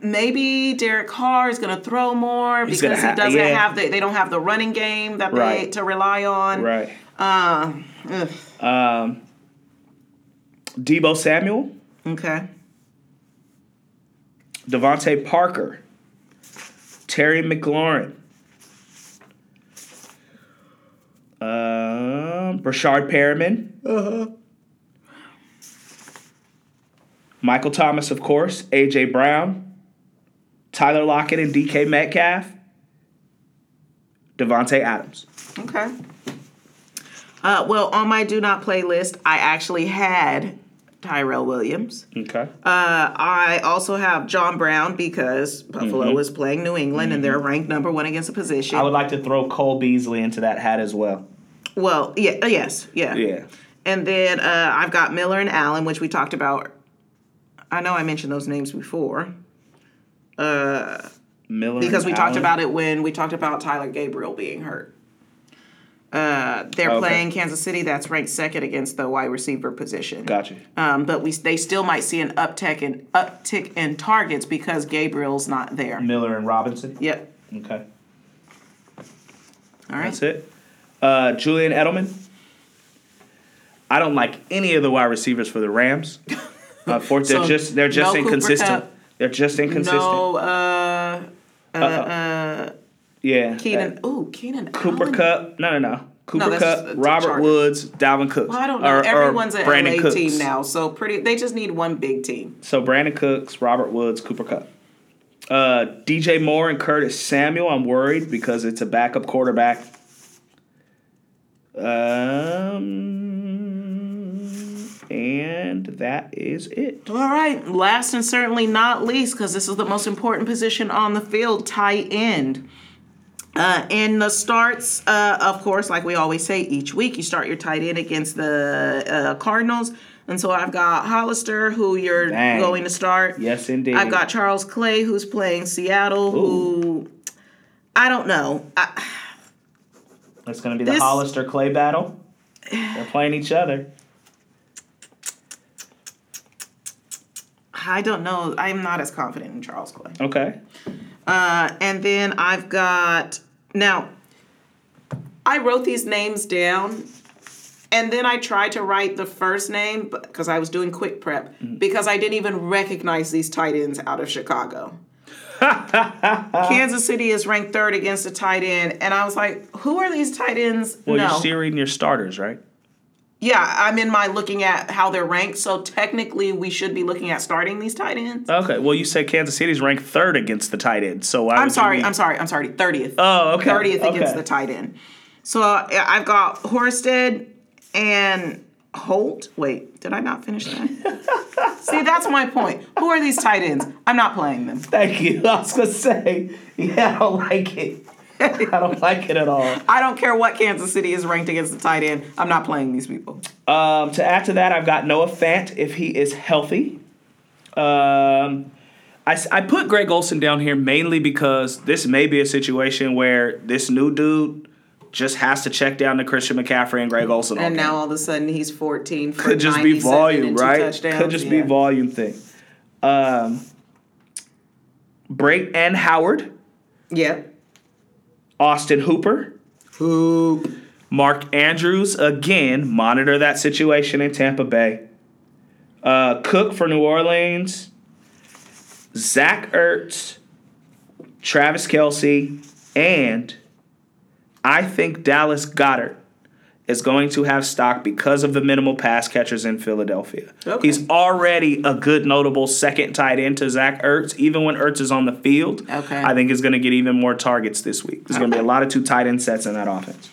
Speaker 1: maybe Derek Carr is going to throw more because
Speaker 2: gonna
Speaker 1: he
Speaker 2: ha-
Speaker 1: doesn't
Speaker 2: yeah.
Speaker 1: have the, they don't have the running game that they
Speaker 2: Right.
Speaker 1: to rely on.
Speaker 2: Right.
Speaker 1: Uh,
Speaker 2: Um,
Speaker 1: Ugh.
Speaker 2: Debo Samuel,
Speaker 1: Okay.
Speaker 2: Devontae Parker, Terry McLaurin, um, Brashard Perriman, Michael Thomas, of course, AJ Brown, Tyler Lockett and DK Metcalf, Devontae Adams.
Speaker 1: Okay. Uh, well, on my do not play list, I actually had Tyrell Williams.
Speaker 2: Okay.
Speaker 1: Uh, I also have John Brown because Buffalo is playing New England and they're ranked number one against the position.
Speaker 2: Mm-hmm. I would like to throw Cole Beasley into that hat as well.
Speaker 1: well, yeah, uh, yes, yeah.
Speaker 2: Yeah.
Speaker 1: And then uh, I've got Miller and Allen, which we talked about. I know I mentioned those names before
Speaker 2: Miller
Speaker 1: because
Speaker 2: and
Speaker 1: we talked
Speaker 2: Allen.
Speaker 1: about it when we talked about Tyler Gabriel being hurt. Uh, they're
Speaker 2: Okay.
Speaker 1: playing Kansas City, that's ranked second against the wide receiver position.
Speaker 2: Gotcha.
Speaker 1: Um, but we they still might see an uptick in uptick in targets because Gabriel's not there.
Speaker 2: Miller and Robinson.
Speaker 1: Yep.
Speaker 2: Okay.
Speaker 1: All right.
Speaker 2: That's it. Uh, Julian Edelman. I don't like any of the wide receivers for the Rams. Uh, for, they're
Speaker 1: So,
Speaker 2: just they're just
Speaker 1: no Cooper
Speaker 2: inconsistent.
Speaker 1: Kupp.
Speaker 2: They're just inconsistent.
Speaker 1: No, uh,
Speaker 2: yeah.
Speaker 1: Keenan.
Speaker 2: Uh,
Speaker 1: Ooh, Keenan.
Speaker 2: Cooper
Speaker 1: Allen.
Speaker 2: Cup. No, no, no. Cooper
Speaker 1: Um, that's
Speaker 2: Cup.
Speaker 1: the
Speaker 2: Robert
Speaker 1: Chargers.
Speaker 2: Woods. Dalvin Cook.
Speaker 1: I don't know. Everyone's an
Speaker 2: Brandon
Speaker 1: LA
Speaker 2: Cooks.
Speaker 1: team now, so pretty. They just need one big team.
Speaker 2: So Brandon Cooks, Robert Woods, Cooper Cup. Uh, DJ Moore and Curtis Samuel. I'm worried because it's a backup quarterback. Um, And that is it.
Speaker 1: All right, last and certainly not least, because this is the most important position on the field, tight end. Uh, in the starts, uh, of course, like we always say, each week you start your tight end against the uh, Cardinals. And so I've got Hollister, who you're
Speaker 2: Dang.
Speaker 1: going to start.
Speaker 2: Yes, indeed.
Speaker 1: I've got Charles Clay, who's playing Seattle, who I don't know. I,
Speaker 2: It's going to be the
Speaker 1: This-
Speaker 2: Hollister Clay battle. They're playing each other.
Speaker 1: I don't know. I'm not as confident in Charles Clay.
Speaker 2: Okay.
Speaker 1: Uh, and then I've got now. I wrote these names down, and then I tried to write the first name because I was doing quick prep
Speaker 2: Mm-hmm.
Speaker 1: because I didn't even recognize these tight ends out of Chicago. Kansas City is ranked third against a tight end, and I was like, "Who are these tight ends?"
Speaker 2: Well,
Speaker 1: no,
Speaker 2: you're still reading your starters, right?
Speaker 1: yeah, I'm in my looking at how they're ranked. So technically, we should be looking at starting these tight ends.
Speaker 2: Okay. Well, you said Kansas City's ranked third against the tight end. So why
Speaker 1: I'm sorry, I'm sorry, I'm sorry, thirtieth.
Speaker 2: Oh, okay.
Speaker 1: 30th against
Speaker 2: Okay.
Speaker 1: the tight end. So I- I've got Horsted and Holt. Wait, did I not finish that? See, that's my point. Who are these tight ends? I'm not playing them.
Speaker 2: Thank you. I was gonna say, yeah, I don't like it. I don't like it at all.
Speaker 1: I don't care what Kansas City is ranked against the tight end. I'm not playing these people.
Speaker 2: Um, to add to that, I've got Noah Fant if he is healthy. Um, I, s- I put Greg Olson down here mainly because this may be a situation where this new dude just has to check down to Christian McCaffrey and Greg Olson.
Speaker 1: And
Speaker 2: all
Speaker 1: now all of a sudden he's 14 for
Speaker 2: could just be
Speaker 1: 97
Speaker 2: volume,
Speaker 1: and two
Speaker 2: right?
Speaker 1: touchdowns.
Speaker 2: Could just be
Speaker 1: Yeah.
Speaker 2: volume thing. Um, Brake and Howard,
Speaker 1: Yep.
Speaker 2: Austin Hooper,
Speaker 1: Hoop.
Speaker 2: Mark Andrews again monitor that situation in Tampa Bay. Uh, Cook for New Orleans. Zach Ertz, Travis Kelsey, and I think Dallas Goddard is going to have stock because of the minimal pass catchers in Philadelphia.
Speaker 1: Okay.
Speaker 2: He's already a good notable second tight end to Zach Ertz, even when Ertz is on the field.
Speaker 1: Okay.
Speaker 2: I think he's going to get even more targets this week. There's going to be a lot of two tight end sets in that offense.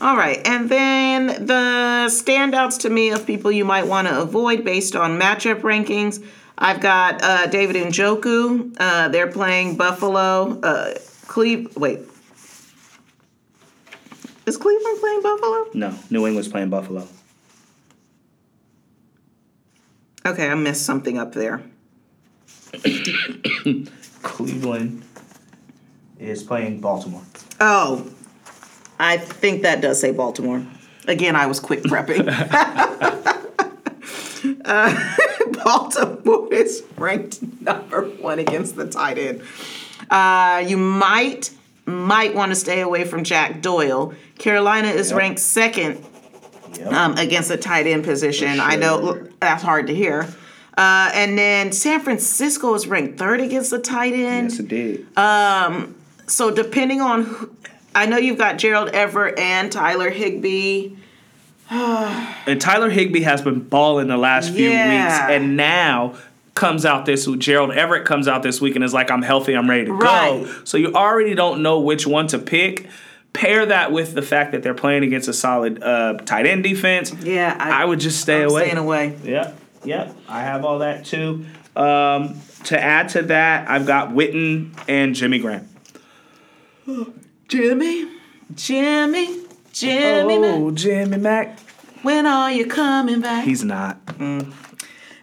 Speaker 1: All right, and then the standouts to me of people you might want to avoid based on matchup rankings. I've got uh, David and Joku. Uh, they're playing Buffalo. Uh, Cleve, wait, is Cleveland playing Buffalo?
Speaker 2: No, New England's playing Buffalo.
Speaker 1: Okay, I missed something up there.
Speaker 2: Cleveland is playing Baltimore.
Speaker 1: Oh, I think that does say Baltimore. Again, I was quick prepping. uh, Baltimore is ranked number one against the tight end. Uh, you might might want to stay away from Jack Doyle. Carolina is
Speaker 2: Yep.
Speaker 1: ranked second
Speaker 2: Yep.
Speaker 1: um, against the tight end position.
Speaker 2: For
Speaker 1: I know
Speaker 2: sure.
Speaker 1: that's hard to hear. Uh, and then San Francisco is ranked third against the tight end.
Speaker 2: yes, it did.
Speaker 1: So depending on, who, I know you've got Gerald Everett and Tyler Higby.
Speaker 2: and Tyler Higby has been balling the last few
Speaker 1: Yeah.
Speaker 2: weeks, and now comes out this Gerald Everett comes out this week and is like, I'm healthy, I'm ready to
Speaker 1: Right.
Speaker 2: go. So you already don't know which one to pick. Pair that with the fact that they're playing against a solid uh, tight end defense.
Speaker 1: Yeah,
Speaker 2: I, would just stay
Speaker 1: I'm
Speaker 2: away.
Speaker 1: Staying away.
Speaker 2: Yep, yep. I have all that too. Um, to add to that, I've got Witten and Jimmy Graham.
Speaker 1: Jimmy, Jimmy, Jimmy,
Speaker 2: Oh, Jimmy Mack.
Speaker 1: when are you coming back?
Speaker 2: He's not.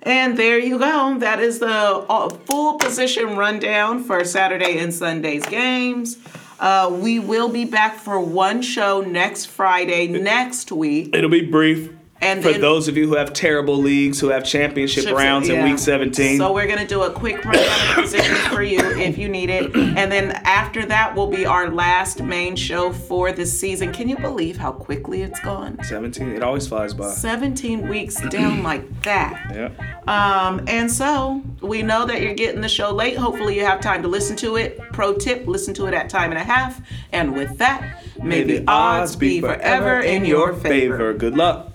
Speaker 1: And there you go. That is the uh, full position rundown for Saturday and Sunday's games. Uh, we will be back for one show next Friday next week.
Speaker 2: It'll be brief.
Speaker 1: And
Speaker 2: for
Speaker 1: then-
Speaker 2: those of you who have terrible leagues, who have championship rounds in
Speaker 1: Yeah.
Speaker 2: week 17,
Speaker 1: So we're gonna do a quick rundown of positions for you if you need it, and then after that will be our last main show for this season. Can you believe how quickly it's gone?
Speaker 2: 17, it always flies by.
Speaker 1: Seventeen weeks down like that.
Speaker 2: Yep.
Speaker 1: Um, and so we know that you're getting the show late. Hopefully you have time to listen to it. Pro tip: listen to it at time and a half. And with that, may, the odds be forever in your favor.
Speaker 2: Good luck.